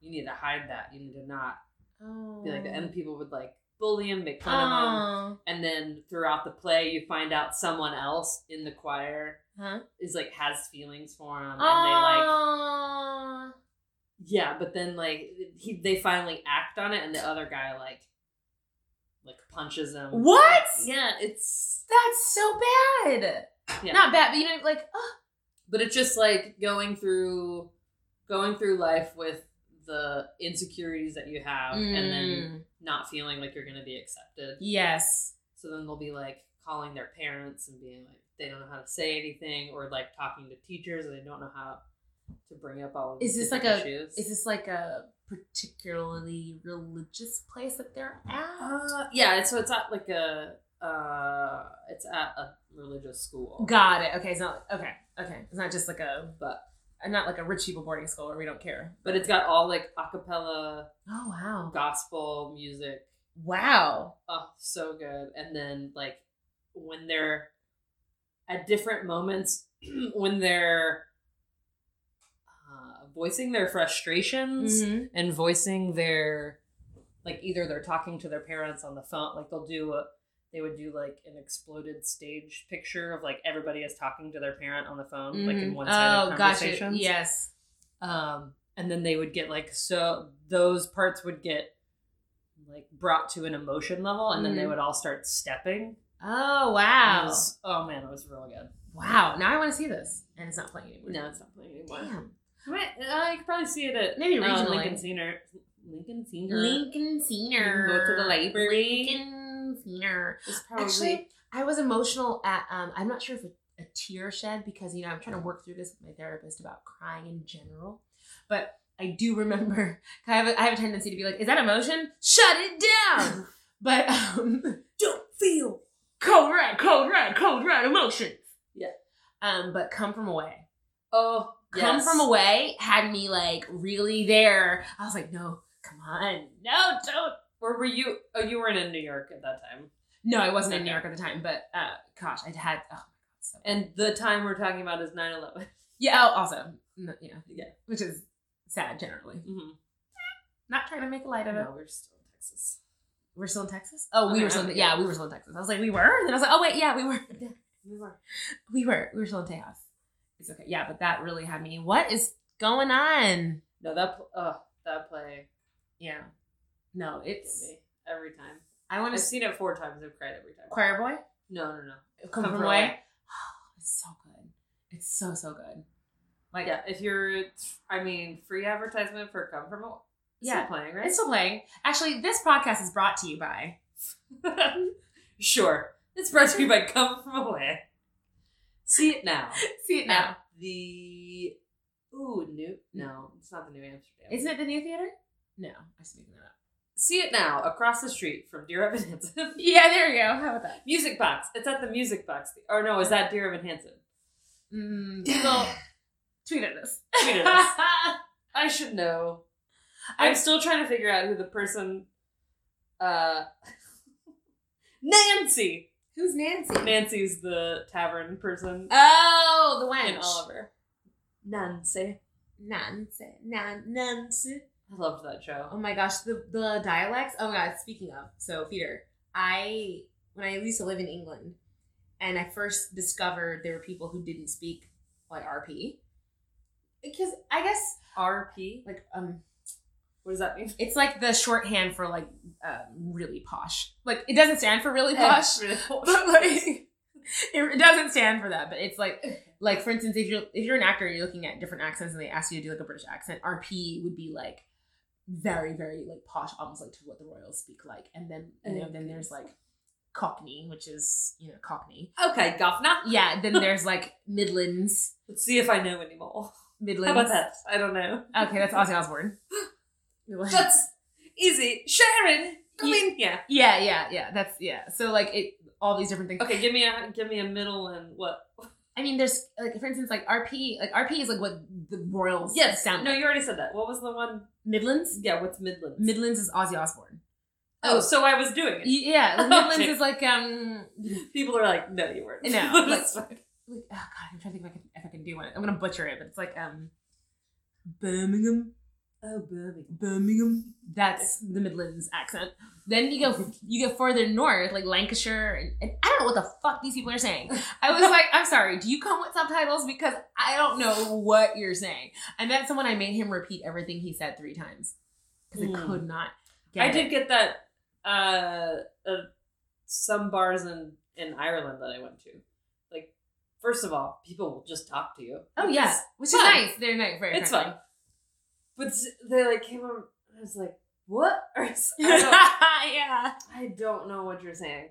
Speaker 3: you need to hide that. You need to not
Speaker 2: Oh.
Speaker 3: be like that. And people would like bully him, make fun of him. And then throughout the play, you find out someone else in the choir
Speaker 2: Huh?
Speaker 3: is like has feelings for him, and they like
Speaker 2: Oh.
Speaker 3: yeah. But then like he they finally act on it, and the other guy like like punches him.
Speaker 2: What?
Speaker 3: Yeah, it's
Speaker 2: That's so bad.
Speaker 3: Yeah.
Speaker 2: Not bad, but you know, like, oh,
Speaker 3: but it's just like going through going through life with the insecurities that you have, and then
Speaker 2: Mm.
Speaker 3: not feeling like you're gonna be accepted.
Speaker 2: yes.
Speaker 3: So then they'll be like calling their parents and being like they don't know how to say anything, or like talking to teachers and they don't know how to bring up all. Of
Speaker 2: Is this
Speaker 3: these
Speaker 2: like
Speaker 3: different
Speaker 2: a-
Speaker 3: issues.
Speaker 2: Is this like a particularly religious place that they're at?
Speaker 3: Uh, yeah, it's, so it's at like a uh, it's at a religious school,
Speaker 2: Got it. Okay, it's not okay. Okay, it's not just like a
Speaker 3: but
Speaker 2: not like a rich people boarding school where we don't care.
Speaker 3: but it's got all like a cappella
Speaker 2: oh wow,
Speaker 3: gospel music.
Speaker 2: wow.
Speaker 3: Oh, so good! And then like when they're at different moments when they're uh, voicing their frustrations.
Speaker 2: Mhm.
Speaker 3: and voicing their like either they're talking to their parents on the phone like they'll do a they would do like an exploded stage picture of like everybody is talking to their parent on the phone like in
Speaker 2: Mhm.
Speaker 3: one sided
Speaker 2: oh,
Speaker 3: conversations
Speaker 2: gotcha. Yes.
Speaker 3: um and then they would get like so those parts would get like brought to an emotion level and then they
Speaker 2: Mhm.
Speaker 3: would all start stepping
Speaker 2: Oh
Speaker 3: And it
Speaker 2: wow,
Speaker 3: was- oh man it was real good
Speaker 2: wow. Now I want to see this, and it's not playing anymore.
Speaker 3: no it's not playing anymore
Speaker 2: Damn.
Speaker 3: Right, I Uh, could probably see it at
Speaker 2: Maybe
Speaker 3: uh,
Speaker 2: regionally.
Speaker 3: Lincoln Center Lincoln Center
Speaker 2: Lincoln
Speaker 3: You
Speaker 2: Senior.
Speaker 3: can go to the library
Speaker 2: Lincoln Senior.
Speaker 3: It's probably
Speaker 2: Actually, I was emotional at. Um, I'm not sure if a, a tear shed because you know I'm trying to work through this with my therapist about crying in general, but I do remember. I have a, I have a tendency to be like, "Is that emotion? Shut it down!" but um,
Speaker 3: don't feel.
Speaker 2: cold red, cold red, cold red emotions.
Speaker 3: Yeah.
Speaker 2: Um, but come from away.
Speaker 3: Oh,
Speaker 2: Come from away had me like really there. I was like, no, come on, no, don't.
Speaker 3: Where were you? Oh, you weren't in New York at that time.
Speaker 2: No, I wasn't in New
Speaker 3: Okay.
Speaker 2: York at the time, but uh, gosh, I had. Oh my god, so
Speaker 3: And the time we're talking about is 9 11.
Speaker 2: yeah. Oh, also, no, yeah,
Speaker 3: Yeah.
Speaker 2: which is sad generally.
Speaker 3: Mm-hmm.
Speaker 2: Not trying to make light of it.
Speaker 3: we're still in Texas.
Speaker 2: We're still in Texas. Oh, we
Speaker 3: Okay,
Speaker 2: were still. In,
Speaker 3: okay.
Speaker 2: yeah, we were still in Texas. I was like, we were. And then I was like, oh wait, yeah, we were.
Speaker 3: We were.
Speaker 2: We were. We were still in Tejas. It's okay. Yeah, but that really had me. What is going on?
Speaker 3: No, that pl- oh, that play
Speaker 2: Yeah. No,
Speaker 3: hit
Speaker 2: it's.
Speaker 3: me every time.
Speaker 2: I want
Speaker 3: I've
Speaker 2: to see
Speaker 3: seen it four times. I've cried every time.
Speaker 2: choir boy.
Speaker 3: No, no, no.
Speaker 2: Come,
Speaker 3: Come
Speaker 2: from
Speaker 3: From
Speaker 2: away.
Speaker 3: Away.
Speaker 2: it's so good. It's so so good. Like
Speaker 3: Yeah, if you're, I mean, free advertisement for Come From Away. It's
Speaker 2: Yeah.
Speaker 3: Still playing, right?
Speaker 2: it's still playing. Actually, this podcast is brought to you by.
Speaker 3: sure. It's brought to you by Come From Away. See it now.
Speaker 2: See it
Speaker 3: at the ooh new no it's not the new amsterdam
Speaker 2: Isn't it the new theater? Oh. No, I just making that up.
Speaker 3: see it now across the street from dear evan hansen
Speaker 2: Yeah, there you go. How about that?
Speaker 3: music box it's at the music box or no is that dear evan hansen
Speaker 2: Mm, well, tweet at us.
Speaker 3: Tweet at us. i should know i'm still trying to figure out who the person uh nancy
Speaker 2: Who's Nancy?
Speaker 3: nancy's the tavern person
Speaker 2: Oh, the wench.
Speaker 3: in oliver nancy
Speaker 2: Nancy. Nan- Nancy.
Speaker 3: i loved that
Speaker 2: Oh
Speaker 3: show
Speaker 2: my gosh, the the dialects. Oh my god, speaking of, so theater. I when I used to live in England and I first discovered there were people who didn't speak like RP. Because I guess
Speaker 3: rp
Speaker 2: like um
Speaker 3: what does that mean
Speaker 2: it's like the shorthand for like um, really posh. Like it doesn't stand for really posh, but like it, it doesn't stand for that, but it's like like for instance, if you're if you're an actor and you're looking at different accents and they ask you to do like a British accent, RP would be like very very like posh, almost like to what the royals speak like, and then and
Speaker 3: Oh,
Speaker 2: then, then there's like Cockney, which is you know Cockney.
Speaker 3: okay governor
Speaker 2: Yeah, then there's like Midlands,
Speaker 3: Let's see if I know anymore.
Speaker 2: Midlands.
Speaker 3: How about that? I don't know.
Speaker 2: Okay, that's Ozzy Osbourne.
Speaker 3: That's easy. Sharon, come
Speaker 2: You-
Speaker 3: in here.
Speaker 2: yeah, yeah, yeah. That's yeah. So like it, all these different things.
Speaker 3: Okay, give me a give me a middle and what?
Speaker 2: I mean, there's like for instance, like RP, like RP is like what the royals sound.
Speaker 3: No,
Speaker 2: like.
Speaker 3: you already said that. What was the one?
Speaker 2: Midlands.
Speaker 3: Yeah, what's Midlands?
Speaker 2: Midlands is Ozzy Osbourne.
Speaker 3: oh, so I was doing it.
Speaker 2: Y- Yeah, like Midlands
Speaker 3: Okay.
Speaker 2: is like um. Like,
Speaker 3: People are like, no, you weren't.
Speaker 2: No,
Speaker 3: That's fine.
Speaker 2: oh God, I'm trying to think if I can if I can do one. I'm gonna butcher it, but it's like um, Birmingham.
Speaker 3: Oh, Birmingham.
Speaker 2: Birmingham. That's the Midlands accent. Then you go you go further north, like Lancashire, and, and I don't know what the fuck these people are saying. I was like, I'm sorry, do you come with subtitles? Because I don't know what you're saying. I met someone, I made him repeat everything he said three times because I
Speaker 3: Mm.
Speaker 2: could not. Get
Speaker 3: I
Speaker 2: it.
Speaker 3: did get that uh, uh some bars in in Ireland that I went to. Like first of all, people will just talk to you.
Speaker 2: Oh
Speaker 3: Which
Speaker 2: yeah,
Speaker 3: is
Speaker 2: which is
Speaker 3: fun.
Speaker 2: nice. They're nice. Very
Speaker 3: It's
Speaker 2: friendly.
Speaker 3: fun. But s- they like came over and I was like, "What?" Or s- I don't,
Speaker 2: yeah.
Speaker 3: I don't know what you're saying.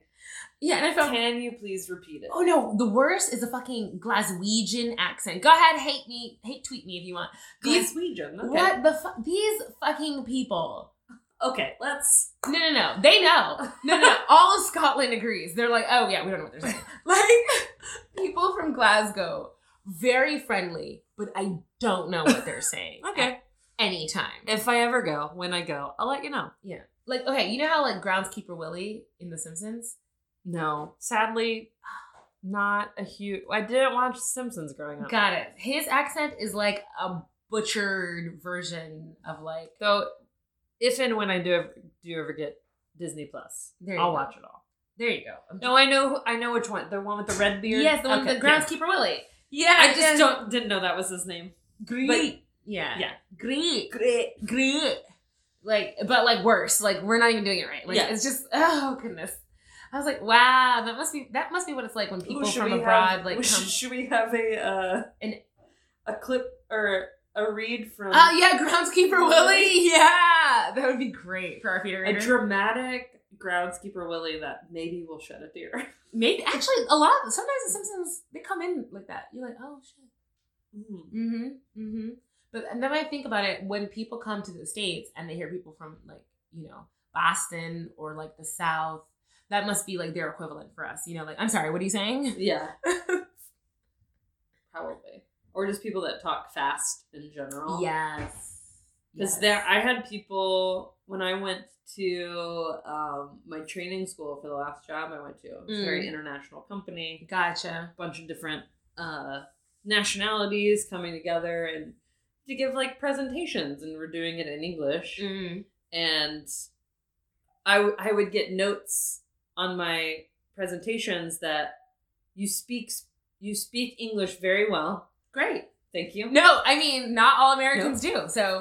Speaker 2: Yeah, and I felt.
Speaker 3: Can you please repeat it?
Speaker 2: Oh no, the worst is the fucking Glaswegian accent. Go ahead, hate me, hate tweet me if you want. These
Speaker 3: Glaswegian. Okay.
Speaker 2: what the fu- these fucking people.
Speaker 3: Okay, let's.
Speaker 2: No, no, no. They know. No, no, no. All of Scotland agrees. They're like, oh yeah, we don't know what they're saying. Like people from Glasgow, very friendly, but I don't know what they're saying.
Speaker 3: Okay.
Speaker 2: Anytime.
Speaker 3: If I ever go, when I go, I'll let you know.
Speaker 2: Yeah. Like, okay, you know how like groundskeeper Willie in The Simpsons?
Speaker 3: No, sadly, not a huge. I didn't watch Simpsons growing up.
Speaker 2: Got it. His accent is like a butchered version of like
Speaker 3: So, if and when I do ever, do ever get Disney Plus,
Speaker 2: There you
Speaker 3: I'll
Speaker 2: go.
Speaker 3: watch it all.
Speaker 2: there you go.
Speaker 3: No, I know, I know which one. The one with the red beard.
Speaker 2: Yes, the one
Speaker 3: Okay,
Speaker 2: the groundskeeper Willie.
Speaker 3: Yeah, I just don't didn't know that was his name.
Speaker 2: Great. Yeah.
Speaker 3: Yeah.
Speaker 2: Great. Great. Great. Like, but like worse. Like we're not even doing it right. Like
Speaker 3: Yeah.
Speaker 2: it's just oh goodness. I was like, wow, that must be that must be what it's like when people
Speaker 3: Ooh, should
Speaker 2: from
Speaker 3: we
Speaker 2: abroad
Speaker 3: have-
Speaker 2: like come.
Speaker 3: we should, should we have a uh,
Speaker 2: An-
Speaker 3: a clip or a read from
Speaker 2: Oh yeah, groundskeeper Willie. Yeah, that would be great for our theater
Speaker 3: a
Speaker 2: readers.
Speaker 3: dramatic groundskeeper Willie that maybe will shed a tear.
Speaker 2: Maybe actually a lot. Of, sometimes the Simpsons they come in like that. You're like, oh shit. Mm-hmm. Mm-hmm. But and then I think about it when people come to the states and they hear people from like you know Boston or like the South. That must be like their equivalent for us. You know, like I'm sorry, what are you saying?
Speaker 3: Yeah, probably, or just people that talk fast in general.
Speaker 2: Yes.
Speaker 3: Because there, I had people when I went to um, my training school for the last job I went to. It was a very international company,
Speaker 2: Gotcha.
Speaker 3: a bunch of different uh, nationalities coming together and to give like presentations, and we're doing it in English.
Speaker 2: Mm.
Speaker 3: And I w- I would get notes on my presentations that you speak you speak English very well.
Speaker 2: Great.
Speaker 3: Thank you.
Speaker 2: No, I mean not all Americans do. So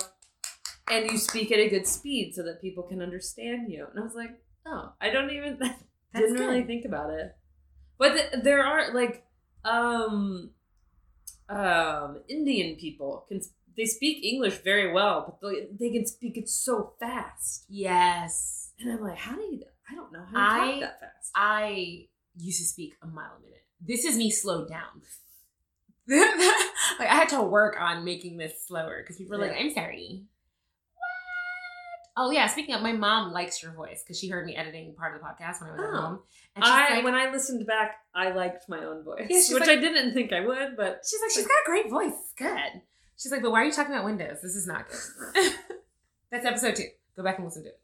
Speaker 3: and you speak at a good speed so that people can understand you. And I was like, oh, I don't even didn't really
Speaker 2: good.
Speaker 3: think about it. But th- there are like um um Indian people can s- they speak English very well, but they, they can speak it so fast.
Speaker 2: yes.
Speaker 3: And I'm like, how do you? I don't know how to
Speaker 2: I-
Speaker 3: talk that fast.
Speaker 2: I used to speak a mile a minute. This is me slowed down. like I had to work on making this slower because people were like,
Speaker 3: Yeah.
Speaker 2: "I'm sorry." What? Oh yeah. Speaking of, my mom likes your voice because she heard me editing part of the podcast when I was
Speaker 3: Oh.
Speaker 2: at home, and she's
Speaker 3: I,
Speaker 2: like,
Speaker 3: when I listened back, I liked my own voice,
Speaker 2: Yeah, she's
Speaker 3: which
Speaker 2: like-
Speaker 3: I didn't think I would, but
Speaker 2: she's like, "She's got a great voice. It's good." She's like, "But why are you talking about windows? This is not good." That's episode two. Go back and listen to it.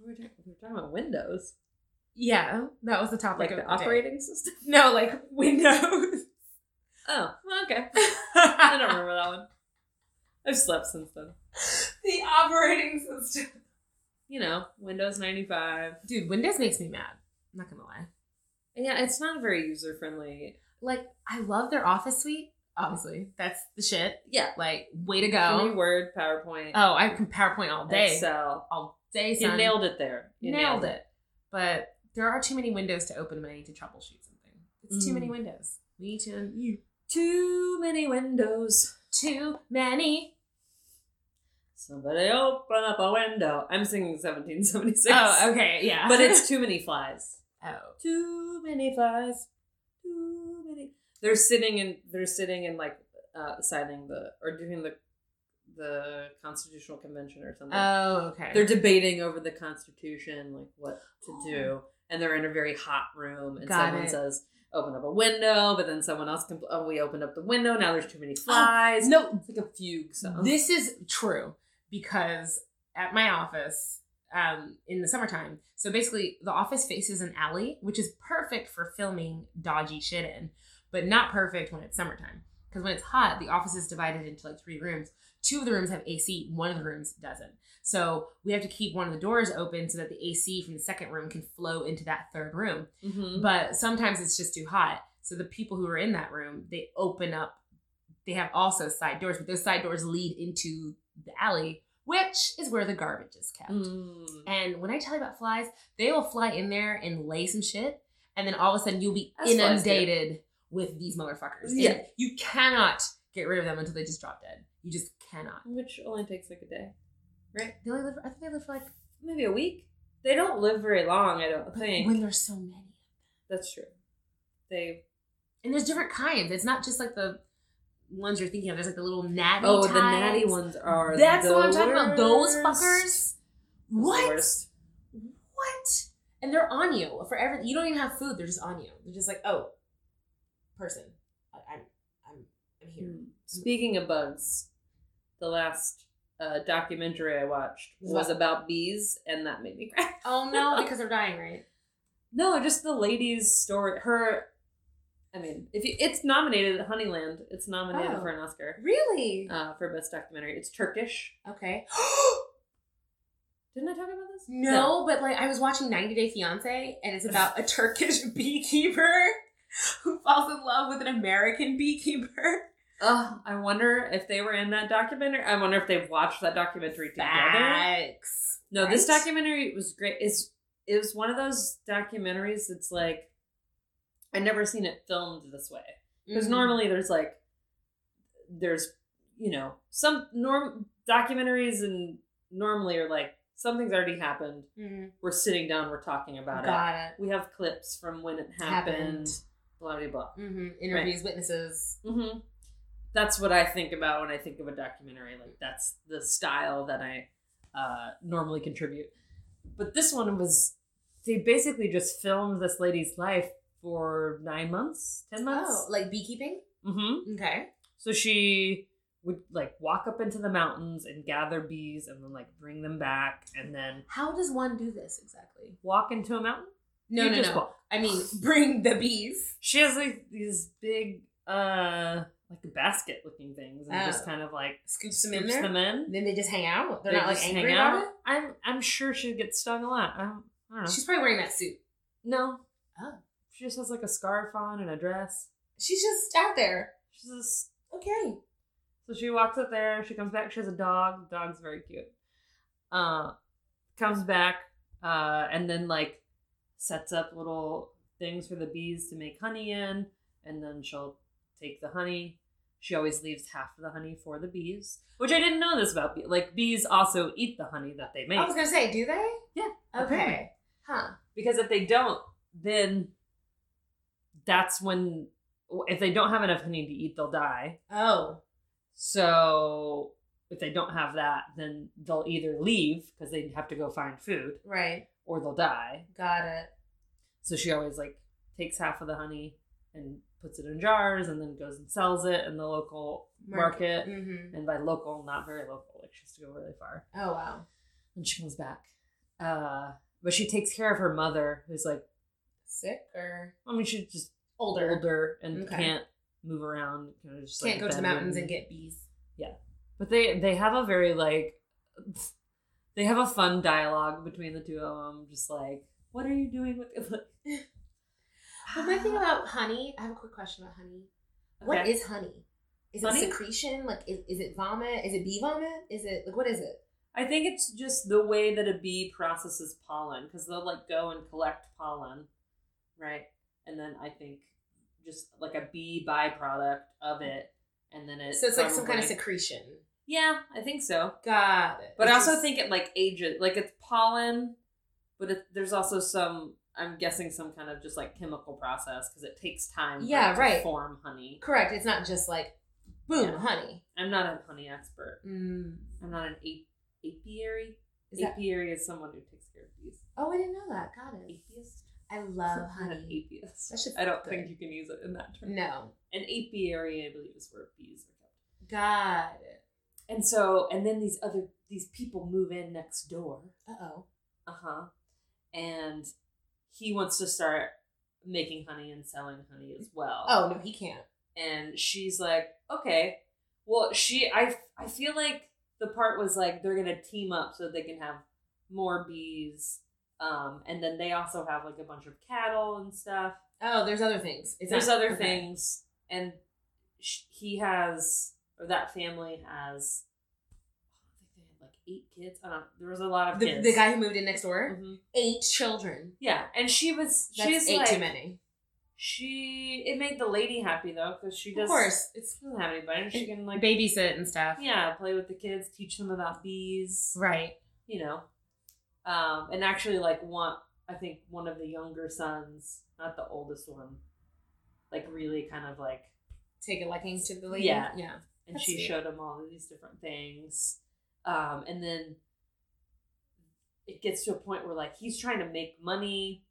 Speaker 3: we were talking, we were talking about Windows,
Speaker 2: Yeah, that was the topic
Speaker 3: like
Speaker 2: of
Speaker 3: the
Speaker 2: the day.
Speaker 3: operating system.
Speaker 2: No, like windows.
Speaker 3: Oh, okay. I don't remember that one. I've slept since then.
Speaker 2: the operating system.
Speaker 3: You know, Windows 95.
Speaker 2: Dude, Windows makes me mad. I'm not gonna lie.
Speaker 3: And yeah, it's not very user friendly.
Speaker 2: Like, I love their office suite. Obviously, that's the shit.
Speaker 3: Yeah.
Speaker 2: Like, way to
Speaker 3: Only
Speaker 2: go.
Speaker 3: Word, PowerPoint,
Speaker 2: Oh, I can PowerPoint all day.
Speaker 3: Excel.
Speaker 2: All day,
Speaker 3: You
Speaker 2: son.
Speaker 3: nailed it there. You
Speaker 2: Nailed it. But there are too many windows to open when I need to troubleshoot something. It's too
Speaker 3: Mm.
Speaker 2: many windows. We need to.
Speaker 3: Too many windows.
Speaker 2: Too many.
Speaker 3: Somebody open up a window. I'm singing 1776.
Speaker 2: Oh, okay, yeah.
Speaker 3: But it's too many flies.
Speaker 2: oh,
Speaker 3: Too many flies. Too many. They're sitting in. They're sitting in like uh, signing the or doing the the Constitutional Convention or something.
Speaker 2: oh, okay.
Speaker 3: they're debating over the Constitution, like what to do, and they're in a very hot room, and
Speaker 2: Oh. Got
Speaker 3: someone
Speaker 2: it.
Speaker 3: says, "Open up a window," but then someone else, compl- "Oh, we opened up the window. Now there's too many flies."
Speaker 2: Oh, no,
Speaker 3: it's like a fugue song.
Speaker 2: This is true because at my office um, in the summertime, so basically the office faces an alley, which is perfect for filming dodgy shit in, but not perfect when it's summertime. Because when it's hot, the office is divided into like three rooms. Two of the rooms have AC, one of the rooms doesn't. So we have to keep one of the doors open so that the AC from the second room can flow into that third room.
Speaker 3: Mm-hmm.
Speaker 2: But sometimes it's just too hot. So the people who are in that room, they open up. They have also side doors, but those side doors lead into the alley, which is where the garbage is kept.
Speaker 3: Mm. Mm-hmm.
Speaker 2: And when I tell you about flies, they will fly in there and lay some shit, and then all of a sudden you'll be
Speaker 3: That's flies,
Speaker 2: inundated with these motherfuckers. And
Speaker 3: Yeah.
Speaker 2: you cannot get rid of them until they just drop dead. You just cannot.
Speaker 3: Which only takes like a day, right?
Speaker 2: They only live. I think they live for like
Speaker 3: Maybe a week. They don't live very long, I don't think.
Speaker 2: when there's so many,
Speaker 3: That's true. They
Speaker 2: and there's different kinds. It's not just like the ones you're thinking of. There's like the little natty.
Speaker 3: oh the
Speaker 2: types.
Speaker 3: natty ones are
Speaker 2: That's
Speaker 3: the
Speaker 2: what I'm talking about. Those
Speaker 3: worst.
Speaker 2: fuckers.
Speaker 3: The
Speaker 2: What?
Speaker 3: worst.
Speaker 2: What? And they're on you for everything. You don't even have food. They're just on you. They're just like, oh, person, I, I'm, I'm, I'm here.
Speaker 3: Hmm. Speaking of bugs, the last uh, documentary I watched was
Speaker 2: What?
Speaker 3: about bees, and that made me cry.
Speaker 2: Oh no, because they're dying, right?
Speaker 3: No, just the lady's story. Her, I mean, if you, it's nominated at Honeyland, it's nominated
Speaker 2: Oh.
Speaker 3: for an Oscar
Speaker 2: Really?
Speaker 3: uh, for best documentary. It's Turkish.
Speaker 2: Uh, Okay.
Speaker 3: Didn't I talk about this?
Speaker 2: No, but like I was watching 90 Day Fiance, and it's about a Turkish beekeeper who falls in love with an American beekeeper.
Speaker 3: Ugh, I wonder if they were in that documentary. I wonder if they watched that documentary together.
Speaker 2: Facts.
Speaker 3: No, this
Speaker 2: Right?
Speaker 3: documentary was great. It's it was one of those documentaries that's like I never seen it filmed this way because
Speaker 2: Mhm.
Speaker 3: normally there's like there's you know some norm documentaries and normally are like something's already happened.
Speaker 2: Mhm.
Speaker 3: We're sitting down. We're talking about it.
Speaker 2: got it.
Speaker 3: We have clips from when it happened.
Speaker 2: Happened.
Speaker 3: Blah blah blah.
Speaker 2: hmm Interviews, witnesses.
Speaker 3: hmm That's what I think about when I think of a documentary. Like that's the style that I uh, normally contribute. But this one was they basically just filmed this lady's life for nine months, ten
Speaker 2: Oh,
Speaker 3: months.
Speaker 2: like beekeeping.
Speaker 3: hmm
Speaker 2: Okay.
Speaker 3: So she would like walk up into the mountains and gather bees and then like bring them back and then
Speaker 2: How does one do this exactly?
Speaker 3: walk into a mountain.
Speaker 2: No,
Speaker 3: You
Speaker 2: no,
Speaker 3: just
Speaker 2: no.
Speaker 3: walk.
Speaker 2: I mean, bring the bees.
Speaker 3: She has like these big uh like basket looking things and
Speaker 2: Oh.
Speaker 3: just kind of like
Speaker 2: Scoops them in
Speaker 3: scoops
Speaker 2: there.
Speaker 3: them in.
Speaker 2: Then they just hang out. They're
Speaker 3: They
Speaker 2: not like
Speaker 3: just
Speaker 2: angry
Speaker 3: hang
Speaker 2: about
Speaker 3: out. I'm I'm sure she gets stung a lot. I don't, I don't
Speaker 2: it.
Speaker 3: know.
Speaker 2: She's probably wearing that suit.
Speaker 3: no.
Speaker 2: Oh.
Speaker 3: She just has like a scarf on and a dress.
Speaker 2: She's just out there.
Speaker 3: She's just
Speaker 2: Okay.
Speaker 3: so she walks up there. She comes back. She has a dog. The dog's very cute. Uh, comes back uh, and then like sets up little things for the bees to make honey in, and then she'll take the honey. She always leaves half of the honey for the bees, which I didn't know this about. bee- Like bees also eat the honey that they make.
Speaker 2: I was gonna say, do they?
Speaker 3: Yeah,
Speaker 2: Okay. Huh.
Speaker 3: Because if they don't, then that's when if they don't have enough honey to eat, they'll die.
Speaker 2: Oh.
Speaker 3: So if they don't have that, then they'll either leave because they have to go find food,
Speaker 2: Right.
Speaker 3: or they'll die.
Speaker 2: Got it.
Speaker 3: So she always like takes half of the honey and puts it in jars, and then goes and sells it in the local market.
Speaker 2: Mm-hmm.
Speaker 3: And by local, not very local. Like she has to go really far.
Speaker 2: Oh wow.
Speaker 3: And she comes back, uh, but she takes care of her mother, who's like,
Speaker 2: Sick or
Speaker 3: I mean, she's just
Speaker 2: older.
Speaker 3: older and
Speaker 2: Okay.
Speaker 3: can't move around. Kind of just
Speaker 2: Can't
Speaker 3: like
Speaker 2: go to the mountains
Speaker 3: bedridden.
Speaker 2: and get bees.
Speaker 3: But they they have a very like they have a fun dialogue between the two of them. Just like, what are you doing with? Like,
Speaker 2: But my thing about honey, I have a quick question about honey. What
Speaker 3: Okay.
Speaker 2: is honey? Is it
Speaker 3: Honey?
Speaker 2: secretion? Like, is, is it vomit? Is it bee vomit? Is it like what is it?
Speaker 3: I think it's just the way that a bee processes pollen because they'll like go and collect pollen, right? And then I think just like a bee byproduct of it, and then it
Speaker 2: So it's like some kind of
Speaker 3: probably-
Speaker 2: secretion.
Speaker 3: yeah, I think so.
Speaker 2: Got it.
Speaker 3: But I also
Speaker 2: It's-
Speaker 3: think it like ages, like it's pollen, but it, there's also some. I'm guessing some kind of just like chemical process because it takes time. for
Speaker 2: Yeah,
Speaker 3: it to
Speaker 2: right.
Speaker 3: Form honey.
Speaker 2: correct. It's not just like boom,
Speaker 3: Yeah.
Speaker 2: honey.
Speaker 3: I'm not a honey expert.
Speaker 2: Mm.
Speaker 3: I'm not an ape, apiary.
Speaker 2: Is that,
Speaker 3: apiary is someone who takes care of bees.
Speaker 2: oh, I didn't know that. Got it.
Speaker 3: Atheist.
Speaker 2: I love
Speaker 3: I'm not an
Speaker 2: Oh, honey.
Speaker 3: atheist.
Speaker 2: That shit's
Speaker 3: I don't
Speaker 2: good.
Speaker 3: think you can use it in that term.
Speaker 2: No.
Speaker 3: An apiary, I believe, is where bees are kept.
Speaker 2: Got it.
Speaker 3: And so, and then these other these people move in next door.
Speaker 2: Uh oh.
Speaker 3: Uh-huh. And he wants to start making honey and selling honey as well.
Speaker 2: Oh no, he can't.
Speaker 3: and she's like, okay, well, she, I, I feel like the part was like they're gonna team up so they can have more bees, um, and then they also have like a bunch of cattle and stuff.
Speaker 2: Oh, there's other things. It's
Speaker 3: There's
Speaker 2: not-
Speaker 3: other
Speaker 2: okay.
Speaker 3: things, and sh- he has, or that family has. I think they had like eight kids. I don't. know. There was a lot of
Speaker 2: The,
Speaker 3: kids.
Speaker 2: the guy who moved in next door,
Speaker 3: Mhm.
Speaker 2: eight children.
Speaker 3: Yeah, and she was.
Speaker 2: That's
Speaker 3: she's
Speaker 2: eight
Speaker 3: like,
Speaker 2: too many.
Speaker 3: She. It made the lady happy though, because she does.
Speaker 2: Of course, it's
Speaker 3: She doesn't have anybody. She can like.
Speaker 2: babysit and stuff.
Speaker 3: Yeah, play with the kids, teach them about bees.
Speaker 2: Right.
Speaker 3: You know, um, and actually, like one. I think one of the younger sons, not the oldest one, like really kind of like
Speaker 2: Take a liking to the lady.
Speaker 3: Yeah.
Speaker 2: Yeah.
Speaker 3: and
Speaker 2: That's
Speaker 3: she
Speaker 2: sweet.
Speaker 3: showed him all of these different things um, and then it gets to a point where like he's trying to make money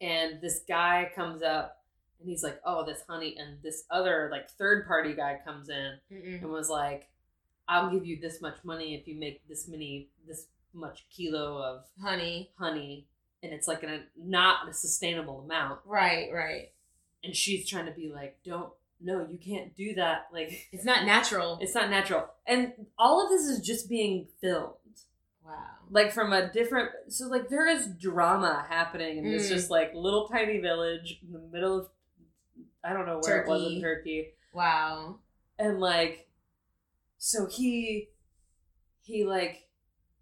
Speaker 3: and this guy comes up and he's like oh this honey and this other like third party guy comes in
Speaker 2: Mm-mm.
Speaker 3: and was like i'll give you this much money if you make this many this much kilo of
Speaker 2: Honey.
Speaker 3: honey and it's like an, not a sustainable amount
Speaker 2: Right. Right.
Speaker 3: and she's trying to be like don't no you can't do that like
Speaker 2: It's not natural.
Speaker 3: it's not natural. And all of this is just being filmed.
Speaker 2: wow.
Speaker 3: Like from a different so like there is drama happening in this
Speaker 2: Mm.
Speaker 3: just like little tiny village in the middle of I don't know where it was
Speaker 2: Turkey.
Speaker 3: in Turkey.
Speaker 2: Wow.
Speaker 3: And like so he he like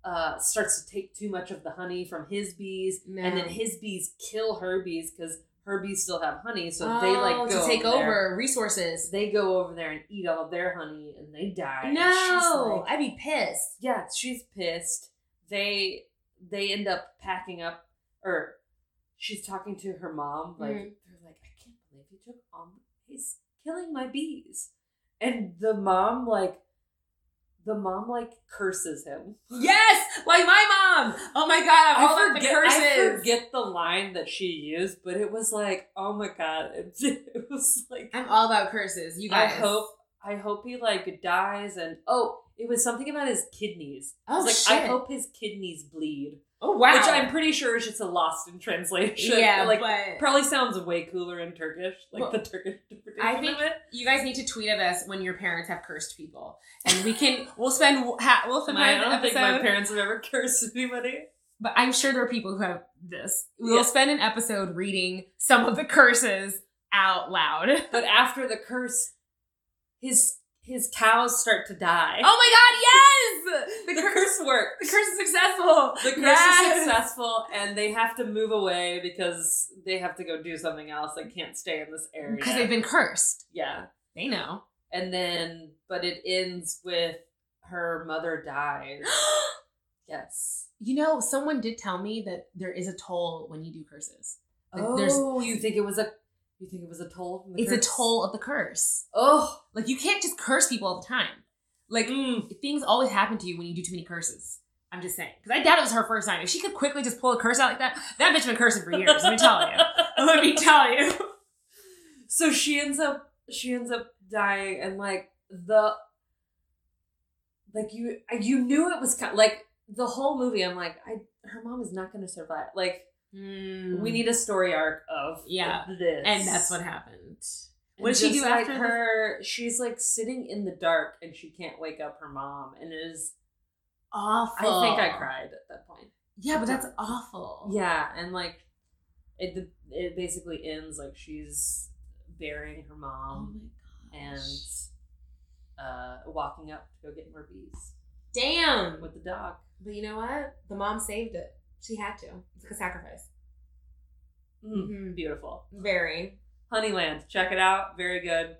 Speaker 3: uh starts to take too much of the honey from his bees and then
Speaker 2: No.
Speaker 3: his bees kill her bees because her bees still have honey, so they like
Speaker 2: Oh,
Speaker 3: go
Speaker 2: to take
Speaker 3: over.
Speaker 2: over
Speaker 3: there.
Speaker 2: resources.
Speaker 3: They go over there and eat all of their honey and they die. And she's like,
Speaker 2: No, I'd be pissed.
Speaker 3: yeah, she's pissed. They they end up packing up, or she's talking to her mom. Like
Speaker 2: Mhm.
Speaker 3: they're like, I can't believe he took on. He's killing my bees, and the mom like, the mom like curses him.
Speaker 2: Yes, like my mom. Oh my god, I'm all about the curses.
Speaker 3: I forget the line that she used, but it was like, oh my god, it, it was like
Speaker 2: I'm all about curses. You
Speaker 3: I
Speaker 2: guys.
Speaker 3: hope I hope he like dies and oh it was something about his kidneys. I
Speaker 2: Oh,
Speaker 3: was like I
Speaker 2: shit.
Speaker 3: hope his kidneys bleed.
Speaker 2: Oh wow.
Speaker 3: Which I'm pretty sure is just a lost in translation.
Speaker 2: yeah,
Speaker 3: like
Speaker 2: but
Speaker 3: probably sounds way cooler in Turkish, like
Speaker 2: Well,
Speaker 3: the Turkish interpretation
Speaker 2: I think
Speaker 3: of it.
Speaker 2: you guys need to tweet at us when your parents have cursed people, and we can we'll spend ha- we'll spend
Speaker 3: My- I
Speaker 2: an
Speaker 3: don't think my
Speaker 2: episode-
Speaker 3: parents have ever cursed anybody.
Speaker 2: But I'm sure there are people who have this. We'll
Speaker 3: Yeah.
Speaker 2: spend an episode reading some of the curses out loud. oh
Speaker 3: But after the curse, his his cows start to die.
Speaker 2: Oh my god, yes!
Speaker 3: the curse worked.
Speaker 2: The curse is successful.
Speaker 3: The curse
Speaker 2: Yes!
Speaker 3: is successful, and they have to move away because they have to go do something else. They can't stay in this area
Speaker 2: Because they've been cursed.
Speaker 3: yeah.
Speaker 2: They know.
Speaker 3: And then, but it ends with her mother dies. yes.
Speaker 2: You know, someone did tell me that there is a toll when you do curses. Like,
Speaker 3: Oh,
Speaker 2: there's-
Speaker 3: you think it was a you think it was a toll? From the
Speaker 2: It's
Speaker 3: curse?
Speaker 2: a toll of the curse.
Speaker 3: Oh,
Speaker 2: Like you can't just curse people all the time. Like
Speaker 3: mm.
Speaker 2: things always happen to you when you do too many curses. I'm just saying. Because I doubt it was her first time. If she could quickly just pull a curse out like that, that bitch been cursing for years. Let me tell you. Let me tell you.
Speaker 3: so she ends up she ends up dying, and like the like you you knew it was kind like the whole movie. I'm like I her mom is not going to survive. Like we need a story arc of
Speaker 2: Mm. Yeah.
Speaker 3: this,
Speaker 2: And that's what happened.
Speaker 3: And
Speaker 2: What did she
Speaker 3: just,
Speaker 2: do
Speaker 3: like,
Speaker 2: after the-
Speaker 3: her? She's like sitting in the dark and she can't wake up her mom, and it is.
Speaker 2: Awful.
Speaker 3: I think I cried at that point.
Speaker 2: Yeah, but that's awful.
Speaker 3: Yeah, and like it, it basically ends like she's burying her
Speaker 2: Oh
Speaker 3: mom
Speaker 2: my gosh.
Speaker 3: and uh, walking up to go get more bees
Speaker 2: Damn.
Speaker 3: with the dog.
Speaker 2: But you know what? The mom saved it. She had to. It's like a sacrifice. Mm-hmm.
Speaker 3: Mm, Beautiful,
Speaker 2: Very.
Speaker 3: Honeyland. Check it out. Very good.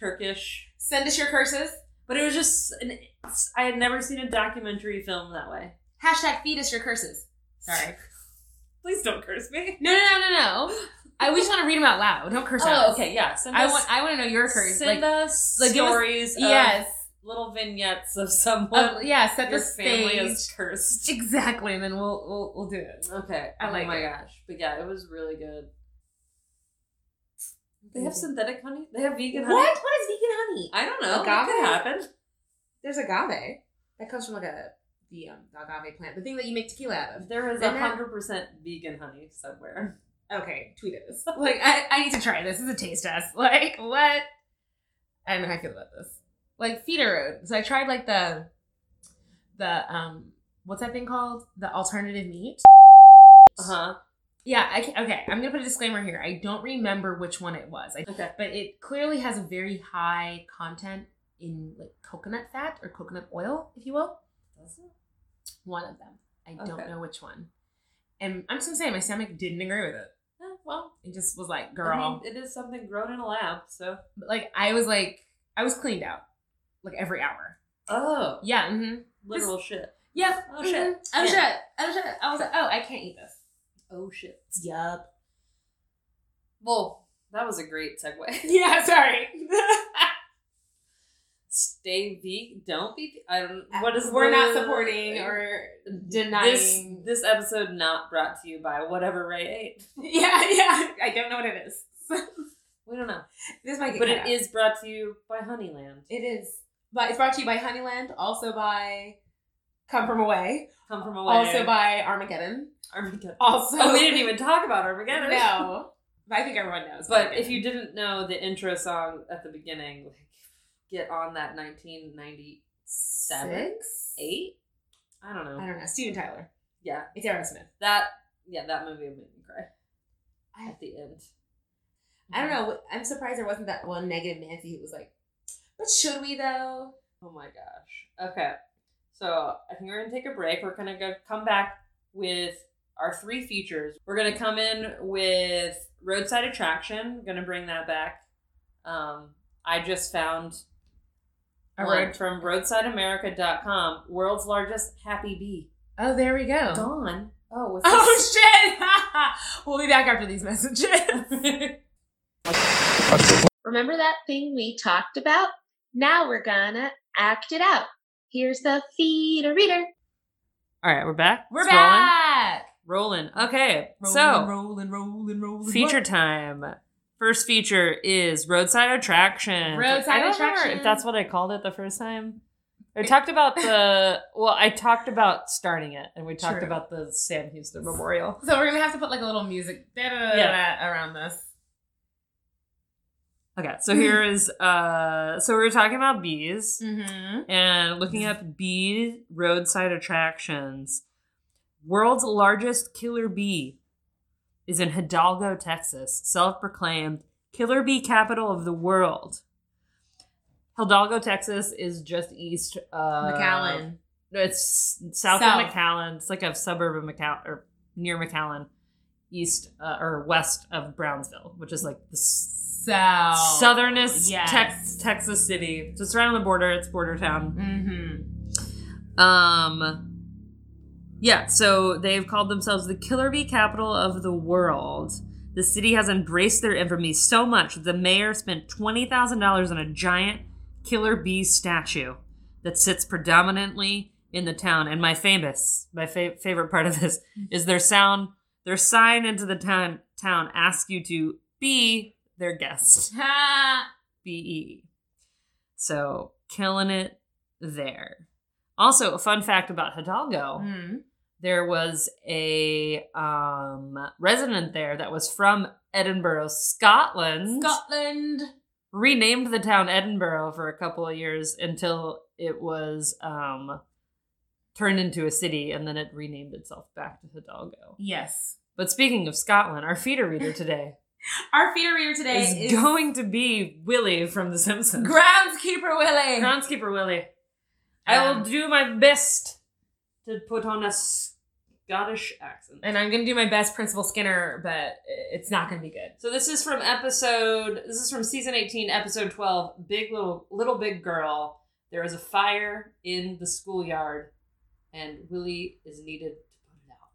Speaker 3: Turkish,
Speaker 2: Send us your curses.
Speaker 3: but it was just an. I had never seen a documentary film that way.
Speaker 2: Hashtag feed us your curses. Sorry.
Speaker 3: Please don't curse me.
Speaker 2: No, no, no, no, no. I we just want to read them out loud. Don't curse out.
Speaker 3: Oh, okay, yeah. Send
Speaker 2: I
Speaker 3: us-
Speaker 2: want. I want to know your curse.
Speaker 3: Send
Speaker 2: like,
Speaker 3: us
Speaker 2: like, give us-
Speaker 3: stories. of
Speaker 2: yes.
Speaker 3: little vignettes of someone.
Speaker 2: Uh, yeah. Set the
Speaker 3: your family
Speaker 2: stage.
Speaker 3: is cursed.
Speaker 2: Exactly, and then we'll we'll we'll do it.
Speaker 3: Okay.
Speaker 2: I like
Speaker 3: Oh my
Speaker 2: it.
Speaker 3: gosh. But yeah, it was really good. They have synthetic honey. They have vegan
Speaker 2: What?
Speaker 3: honey.
Speaker 2: What is vegan honey?
Speaker 3: I don't know. That
Speaker 2: Agave?
Speaker 3: could happen.
Speaker 2: There's agave that comes from like a the um, agave plant, the thing that you make tequila out of.
Speaker 3: There is
Speaker 2: Isn't it-
Speaker 3: hundred percent vegan honey somewhere.
Speaker 2: okay, tweet at us. Like, I, I need to try this. This is a taste test. Like, what? I don't know how I feel about this. Like feeder road. So I tried like the the um what's that thing called? The alternative meat.
Speaker 1: Uh
Speaker 3: Uh-huh.
Speaker 1: huh.
Speaker 2: Yeah, I can, okay. I'm gonna put a disclaimer here. I don't remember which one it was, I,
Speaker 1: Okay.
Speaker 2: but it clearly has a very high content in like coconut fat or coconut oil, if you will. One of them. I
Speaker 1: Okay.
Speaker 2: don't know which one. And I'm just gonna say my stomach didn't agree with it.
Speaker 1: Eh, well,
Speaker 2: It just was like,
Speaker 1: I
Speaker 2: girl,
Speaker 1: mean, it is something grown in a lab, so.
Speaker 2: But, like I was like I was cleaned out like every hour.
Speaker 1: Oh,
Speaker 2: Yeah. Mm-hmm.
Speaker 1: literal shit.
Speaker 2: Yeah.
Speaker 1: Oh, shit.
Speaker 2: Oh
Speaker 1: Yeah.
Speaker 2: shit. Oh shit. I was like, oh, I can't eat this.
Speaker 1: Oh shit. Yup. Well, that was a great segue.
Speaker 2: Yeah. Sorry.
Speaker 1: Stay vegan. Don't be. I don't. What is
Speaker 2: We're not
Speaker 1: the-
Speaker 2: supporting or
Speaker 1: This
Speaker 2: denying.
Speaker 1: this episode not brought to you by whatever Ray ate.
Speaker 2: Yeah. Yeah. I don't know what it is.
Speaker 1: We don't know,
Speaker 2: this might get
Speaker 1: but
Speaker 2: cut
Speaker 1: it
Speaker 2: out.
Speaker 1: is brought to you by Honeyland.
Speaker 2: It is. But it's brought to you by Honeyland, also by Come From Away,
Speaker 1: Come from away.
Speaker 2: also by Armageddon,
Speaker 1: Armageddon.
Speaker 2: also.
Speaker 1: Oh, we didn't even talk about Armageddon.
Speaker 2: No. But I think everyone knows.
Speaker 1: But if you didn't know the intro song at the beginning, like, get on that 1997,
Speaker 2: Six?
Speaker 1: eight. I don't know.
Speaker 2: I don't know. Steven Tyler.
Speaker 1: yeah,
Speaker 2: It's Aerosmith.
Speaker 1: that yeah, that movie made me cry
Speaker 2: I-
Speaker 1: at the end.
Speaker 2: I don't know. I'm surprised there wasn't that one negative Nancy who was like, "But should we though?"
Speaker 1: Oh my gosh. Okay. So I think we're gonna take a break. We're gonna go come back with our three features. We're gonna come in with roadside attraction. Gonna bring that back. Um, I just found
Speaker 2: A
Speaker 1: one
Speaker 2: road-
Speaker 1: from roadsideamerica.com. World's largest happy bee.
Speaker 2: Oh, there we go.
Speaker 1: Dawn. Oh, with
Speaker 2: Oh shit! we'll be back after these messages.
Speaker 3: Remember that thing we talked about? Now we're gonna act it out. Here's the feeder reader.
Speaker 1: All right, we're back.
Speaker 2: We're
Speaker 1: It's
Speaker 2: back.
Speaker 1: Rolling. Rolling. Okay.
Speaker 2: Rolling,
Speaker 1: so
Speaker 2: rolling, rolling, rolling.
Speaker 1: Feature
Speaker 2: What?
Speaker 1: time. First feature is roadside attraction.
Speaker 2: Roadside
Speaker 1: I don't remember
Speaker 2: attraction.
Speaker 1: If that's what I called it the first time. I talked about the well. I talked about starting it, and we talked
Speaker 2: True.
Speaker 1: about the Sam Houston Memorial.
Speaker 2: So we're gonna have to put like a little music da-da-da-da-da around this.
Speaker 1: Okay, so here is uh. So we were talking about bees
Speaker 2: Mm-hmm.
Speaker 1: and looking up bee roadside attractions. World's largest killer bee is in Hidalgo, Texas, self proclaimed killer bee capital of the world. Hidalgo, Texas is just east
Speaker 2: Uh,
Speaker 1: of
Speaker 2: McAllen.
Speaker 1: No, It's south,
Speaker 2: South.
Speaker 1: of McAllen. It's like a suburb of McAllen or near McAllen, east uh, or west of Brownsville, which is like the s-
Speaker 2: South.
Speaker 1: southernest
Speaker 2: Oh, yes.
Speaker 1: Tex- Texas city. So it's right on the border. It's border town.
Speaker 2: Mm-hmm.
Speaker 1: Um yeah, so they've called themselves the killer bee capital of the world. The city has embraced their infamy so much that the mayor spent $20,000 on a giant killer bee statue that sits predominantly in the town. And my famous, my fa- favorite part of this is their sound, their sign into the town, town asks you to be their guest. BE. E So killing it there. Also, a fun fact about Hidalgo
Speaker 2: mm-hmm.
Speaker 1: there was a um, resident there that was from Edinburgh, Scotland.
Speaker 2: Scotland.
Speaker 1: renamed the town Edinburgh for a couple of years until it was um, turned into a city and then it renamed itself back to Hidalgo.
Speaker 2: Yes.
Speaker 1: But speaking of Scotland, our feeder reader today
Speaker 2: Our feeder reader today
Speaker 1: is,
Speaker 2: is,
Speaker 1: going to be Willie from The Simpsons.
Speaker 2: groundskeeper Willie.
Speaker 1: Groundskeeper Willie. I
Speaker 2: Um,
Speaker 1: will do my best to put on a Scottish accent.
Speaker 2: and I'm gonna do my best, Principal Skinner, but it's not gonna be good.
Speaker 1: so this is from episode. This is from season eighteen, episode twelve. Big little little big girl. There is a fire in the schoolyard, and Willie is needed to put it out.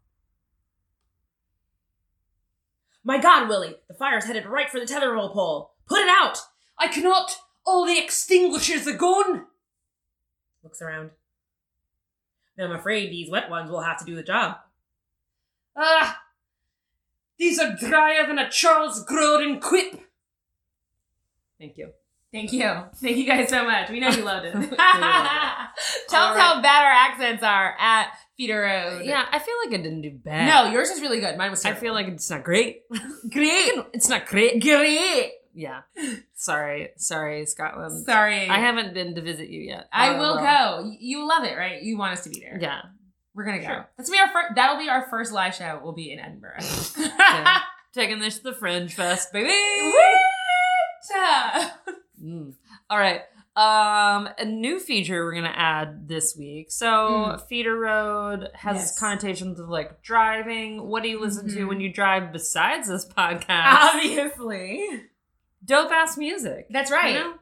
Speaker 2: My God, Willie, the fire's headed right for the tether roll pole. Put it out.
Speaker 1: I cannot. All the extinguishers are gone.
Speaker 2: Looks around. I'm afraid these wet ones will have to do the job.
Speaker 1: Ah, these are drier than a Charles Grodin quip. Thank you.
Speaker 2: Thank you. Thank you guys so much. We know you loved it. Tell
Speaker 1: All
Speaker 2: us how bad our accents are at Feeder Road.
Speaker 1: Yeah, I feel like I didn't do bad.
Speaker 2: Uh, No, yours is really good. Mine was
Speaker 1: I
Speaker 2: terrible.
Speaker 1: feel like it's not great.
Speaker 2: great.
Speaker 1: It's not great.
Speaker 2: Great.
Speaker 1: Yeah. Sorry. Sorry, Scotland.
Speaker 2: Sorry.
Speaker 1: I haven't been to visit you yet.
Speaker 2: I will
Speaker 1: However,
Speaker 2: go. Y- You love it, right? You want us to be there.
Speaker 1: Yeah.
Speaker 2: We're gonna go.
Speaker 1: Sure.
Speaker 2: That's gonna be our first. That'll be our first live show. Will be in Edinburgh.
Speaker 1: Yeah. Taking this to the Fringe Fest, baby.
Speaker 2: What?
Speaker 1: Mm. All right. Um, a new feature we're gonna add this week. So feeder road has
Speaker 2: Yes.
Speaker 1: connotations of like driving. What do you listen to
Speaker 2: Mhm.
Speaker 1: when you drive besides this podcast?
Speaker 2: Obviously.
Speaker 1: Dope ass music.
Speaker 2: That's
Speaker 1: you
Speaker 2: right.
Speaker 1: know?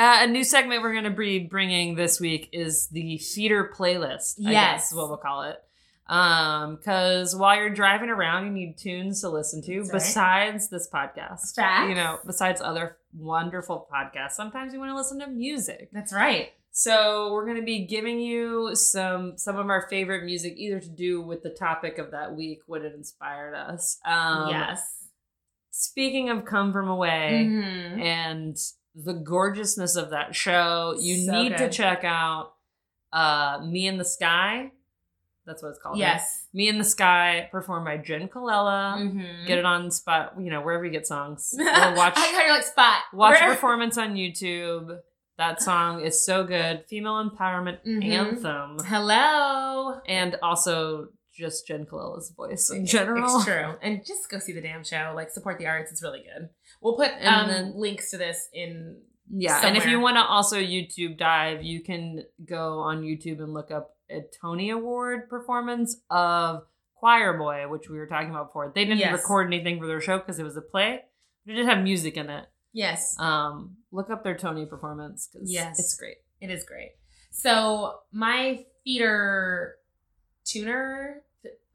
Speaker 1: Uh, a new segment we're gonna be bringing this week is the feeder playlist. I
Speaker 2: Yes.
Speaker 1: guess is what we'll call it. Um, because while you're driving around, you need tunes to listen to
Speaker 2: That's right.
Speaker 1: besides this podcast.
Speaker 2: Facts.
Speaker 1: You know, besides other wonderful podcasts, sometimes you want to listen to music.
Speaker 2: That's right.
Speaker 1: So we're going to be giving you some some of our favorite music, either to do with the topic of that week, what it inspired us. Um,
Speaker 2: yes.
Speaker 1: Speaking of Come From Away
Speaker 2: Mhm.
Speaker 1: and the gorgeousness of that show, you
Speaker 2: So
Speaker 1: need to
Speaker 2: good.
Speaker 1: check out uh, "Me in the Sky." That's what it's called. right?
Speaker 2: Yes.
Speaker 1: "Me in the Sky," performed by Jen Colella.
Speaker 2: Mhm.
Speaker 1: Get it on spot, you know, wherever you get songs or watch.
Speaker 2: I got your like spot.
Speaker 1: Watch
Speaker 2: Where-
Speaker 1: performance on YouTube. That song is so good. Female empowerment
Speaker 2: Mhm.
Speaker 1: anthem.
Speaker 2: Hello.
Speaker 1: And also just Jen Colella's voice in general.
Speaker 2: It's true. And just go see the damn show. Like support the arts. It's really good. We'll put
Speaker 1: And
Speaker 2: um,
Speaker 1: then-
Speaker 2: links to this in.
Speaker 1: Yeah. And if
Speaker 2: Somewhere.
Speaker 1: you want to also YouTube dive, you can go on YouTube and look up a Tony Award performance of Choir Boy, which we were talking about before. They didn't
Speaker 2: Yes.
Speaker 1: record anything for their show because it was a play. They did have music in it.
Speaker 2: Yes,
Speaker 1: Um, look up their Tony performance because
Speaker 2: Yes.
Speaker 1: it's great.
Speaker 2: it is great. So my feeder tuner.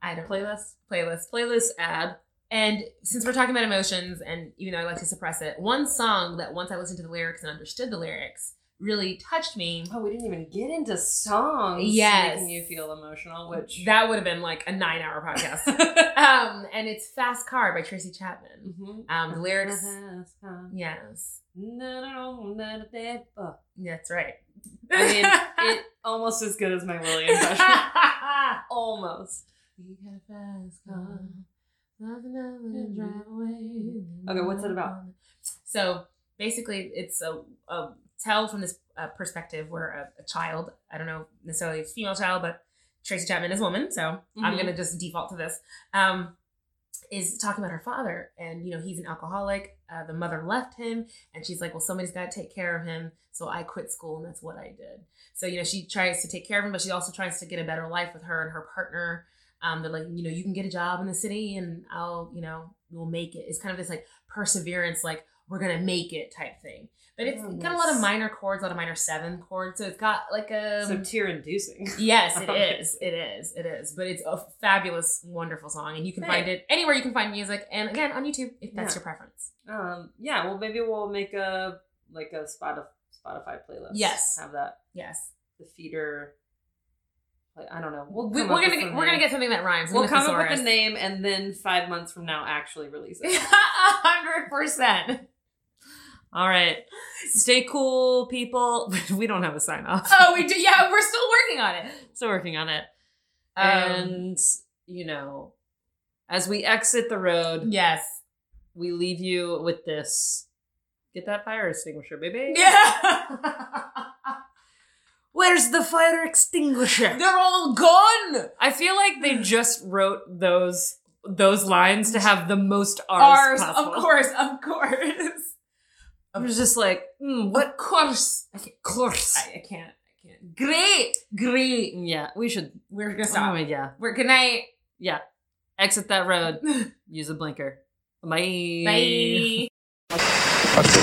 Speaker 2: I don't playlist playlist
Speaker 1: Playlist ad.
Speaker 2: And since we're talking about emotions, and even though I like to suppress it, one song that once I listened to the lyrics and understood the lyrics really touched me.
Speaker 1: Oh, we didn't even get into songs
Speaker 2: Yes.
Speaker 1: making you feel emotional, which
Speaker 2: That would have been like a nine hour podcast. um, and it's Fast Car by Tracy Chapman.
Speaker 1: Mhm.
Speaker 2: Um, the lyrics.
Speaker 1: I
Speaker 2: Yes.
Speaker 1: mean,
Speaker 2: That's right.
Speaker 1: it almost as good as my Willie impression. almost.
Speaker 2: We got a fast car. Nothing I wouldn't drive away.
Speaker 1: Okay, what's it about?
Speaker 2: So basically, it's a, a tell from this uh, perspective where a, a child, I don't know necessarily a female child, but Tracy Chapman is a woman, so
Speaker 1: Mhm.
Speaker 2: I'm going to just default to this, um, is talking about her father. And, you know, he's an alcoholic. Uh, the mother left him, and she's like, well, somebody's got to take care of him. So I quit school, and that's what I did. So, you know, she tries to take care of him, but she also tries to get a better life with her and her partner um, they're like, you know, you can get a job in the city and I'll, you know, we'll make it. It's kind of this like perseverance, like we're gonna make it type thing. But it's
Speaker 1: Oh,
Speaker 2: got a lot of
Speaker 1: nice.
Speaker 2: minor chords, a lot of minor seven chords. So it's got like a
Speaker 1: so tear inducing.
Speaker 2: yes, it is, it is, it is. But it's a fabulous, wonderful song, and you can find it anywhere you can find music, and again on YouTube if that's
Speaker 1: Yeah.
Speaker 2: your preference.
Speaker 1: Um, yeah, well, maybe we'll make a like a Spotify Spotify playlist.
Speaker 2: Yes.
Speaker 1: have that
Speaker 2: Yes,
Speaker 1: the feeder. Like I don't know. We'll
Speaker 2: we,
Speaker 1: come
Speaker 2: we're
Speaker 1: up with
Speaker 2: gonna get,
Speaker 1: some
Speaker 2: we're gonna
Speaker 1: name.
Speaker 2: get something that rhymes.
Speaker 1: We'll come up with
Speaker 2: thesaurus.
Speaker 1: a name, and then five months from now, actually release
Speaker 2: A
Speaker 1: it.
Speaker 2: hundred percent.
Speaker 1: All right. Stay cool, people. we don't have a sign off.
Speaker 2: Oh, we do. Yeah, we're still working on it.
Speaker 1: Still working on it.
Speaker 2: Um,
Speaker 1: and, you know, as we exit the road,
Speaker 2: Yes.
Speaker 1: we leave you with this. Get that fire extinguisher, baby.
Speaker 2: Yeah.
Speaker 1: Where's the fire extinguisher?
Speaker 2: They're all gone.
Speaker 1: I feel like they
Speaker 2: Hmm.
Speaker 1: just wrote those those lines to have the most R's,
Speaker 2: Ours,
Speaker 1: possible.
Speaker 2: of course, of course,
Speaker 1: I was just like, mm, what
Speaker 2: of course.
Speaker 1: course?
Speaker 2: I, I can't. I can't. Great, great.
Speaker 1: Yeah, we should.
Speaker 2: We're gonna stop.
Speaker 1: Oh, yeah.
Speaker 2: We're good night.
Speaker 1: Exit that road. Use a blinker. Bye.
Speaker 2: Bye.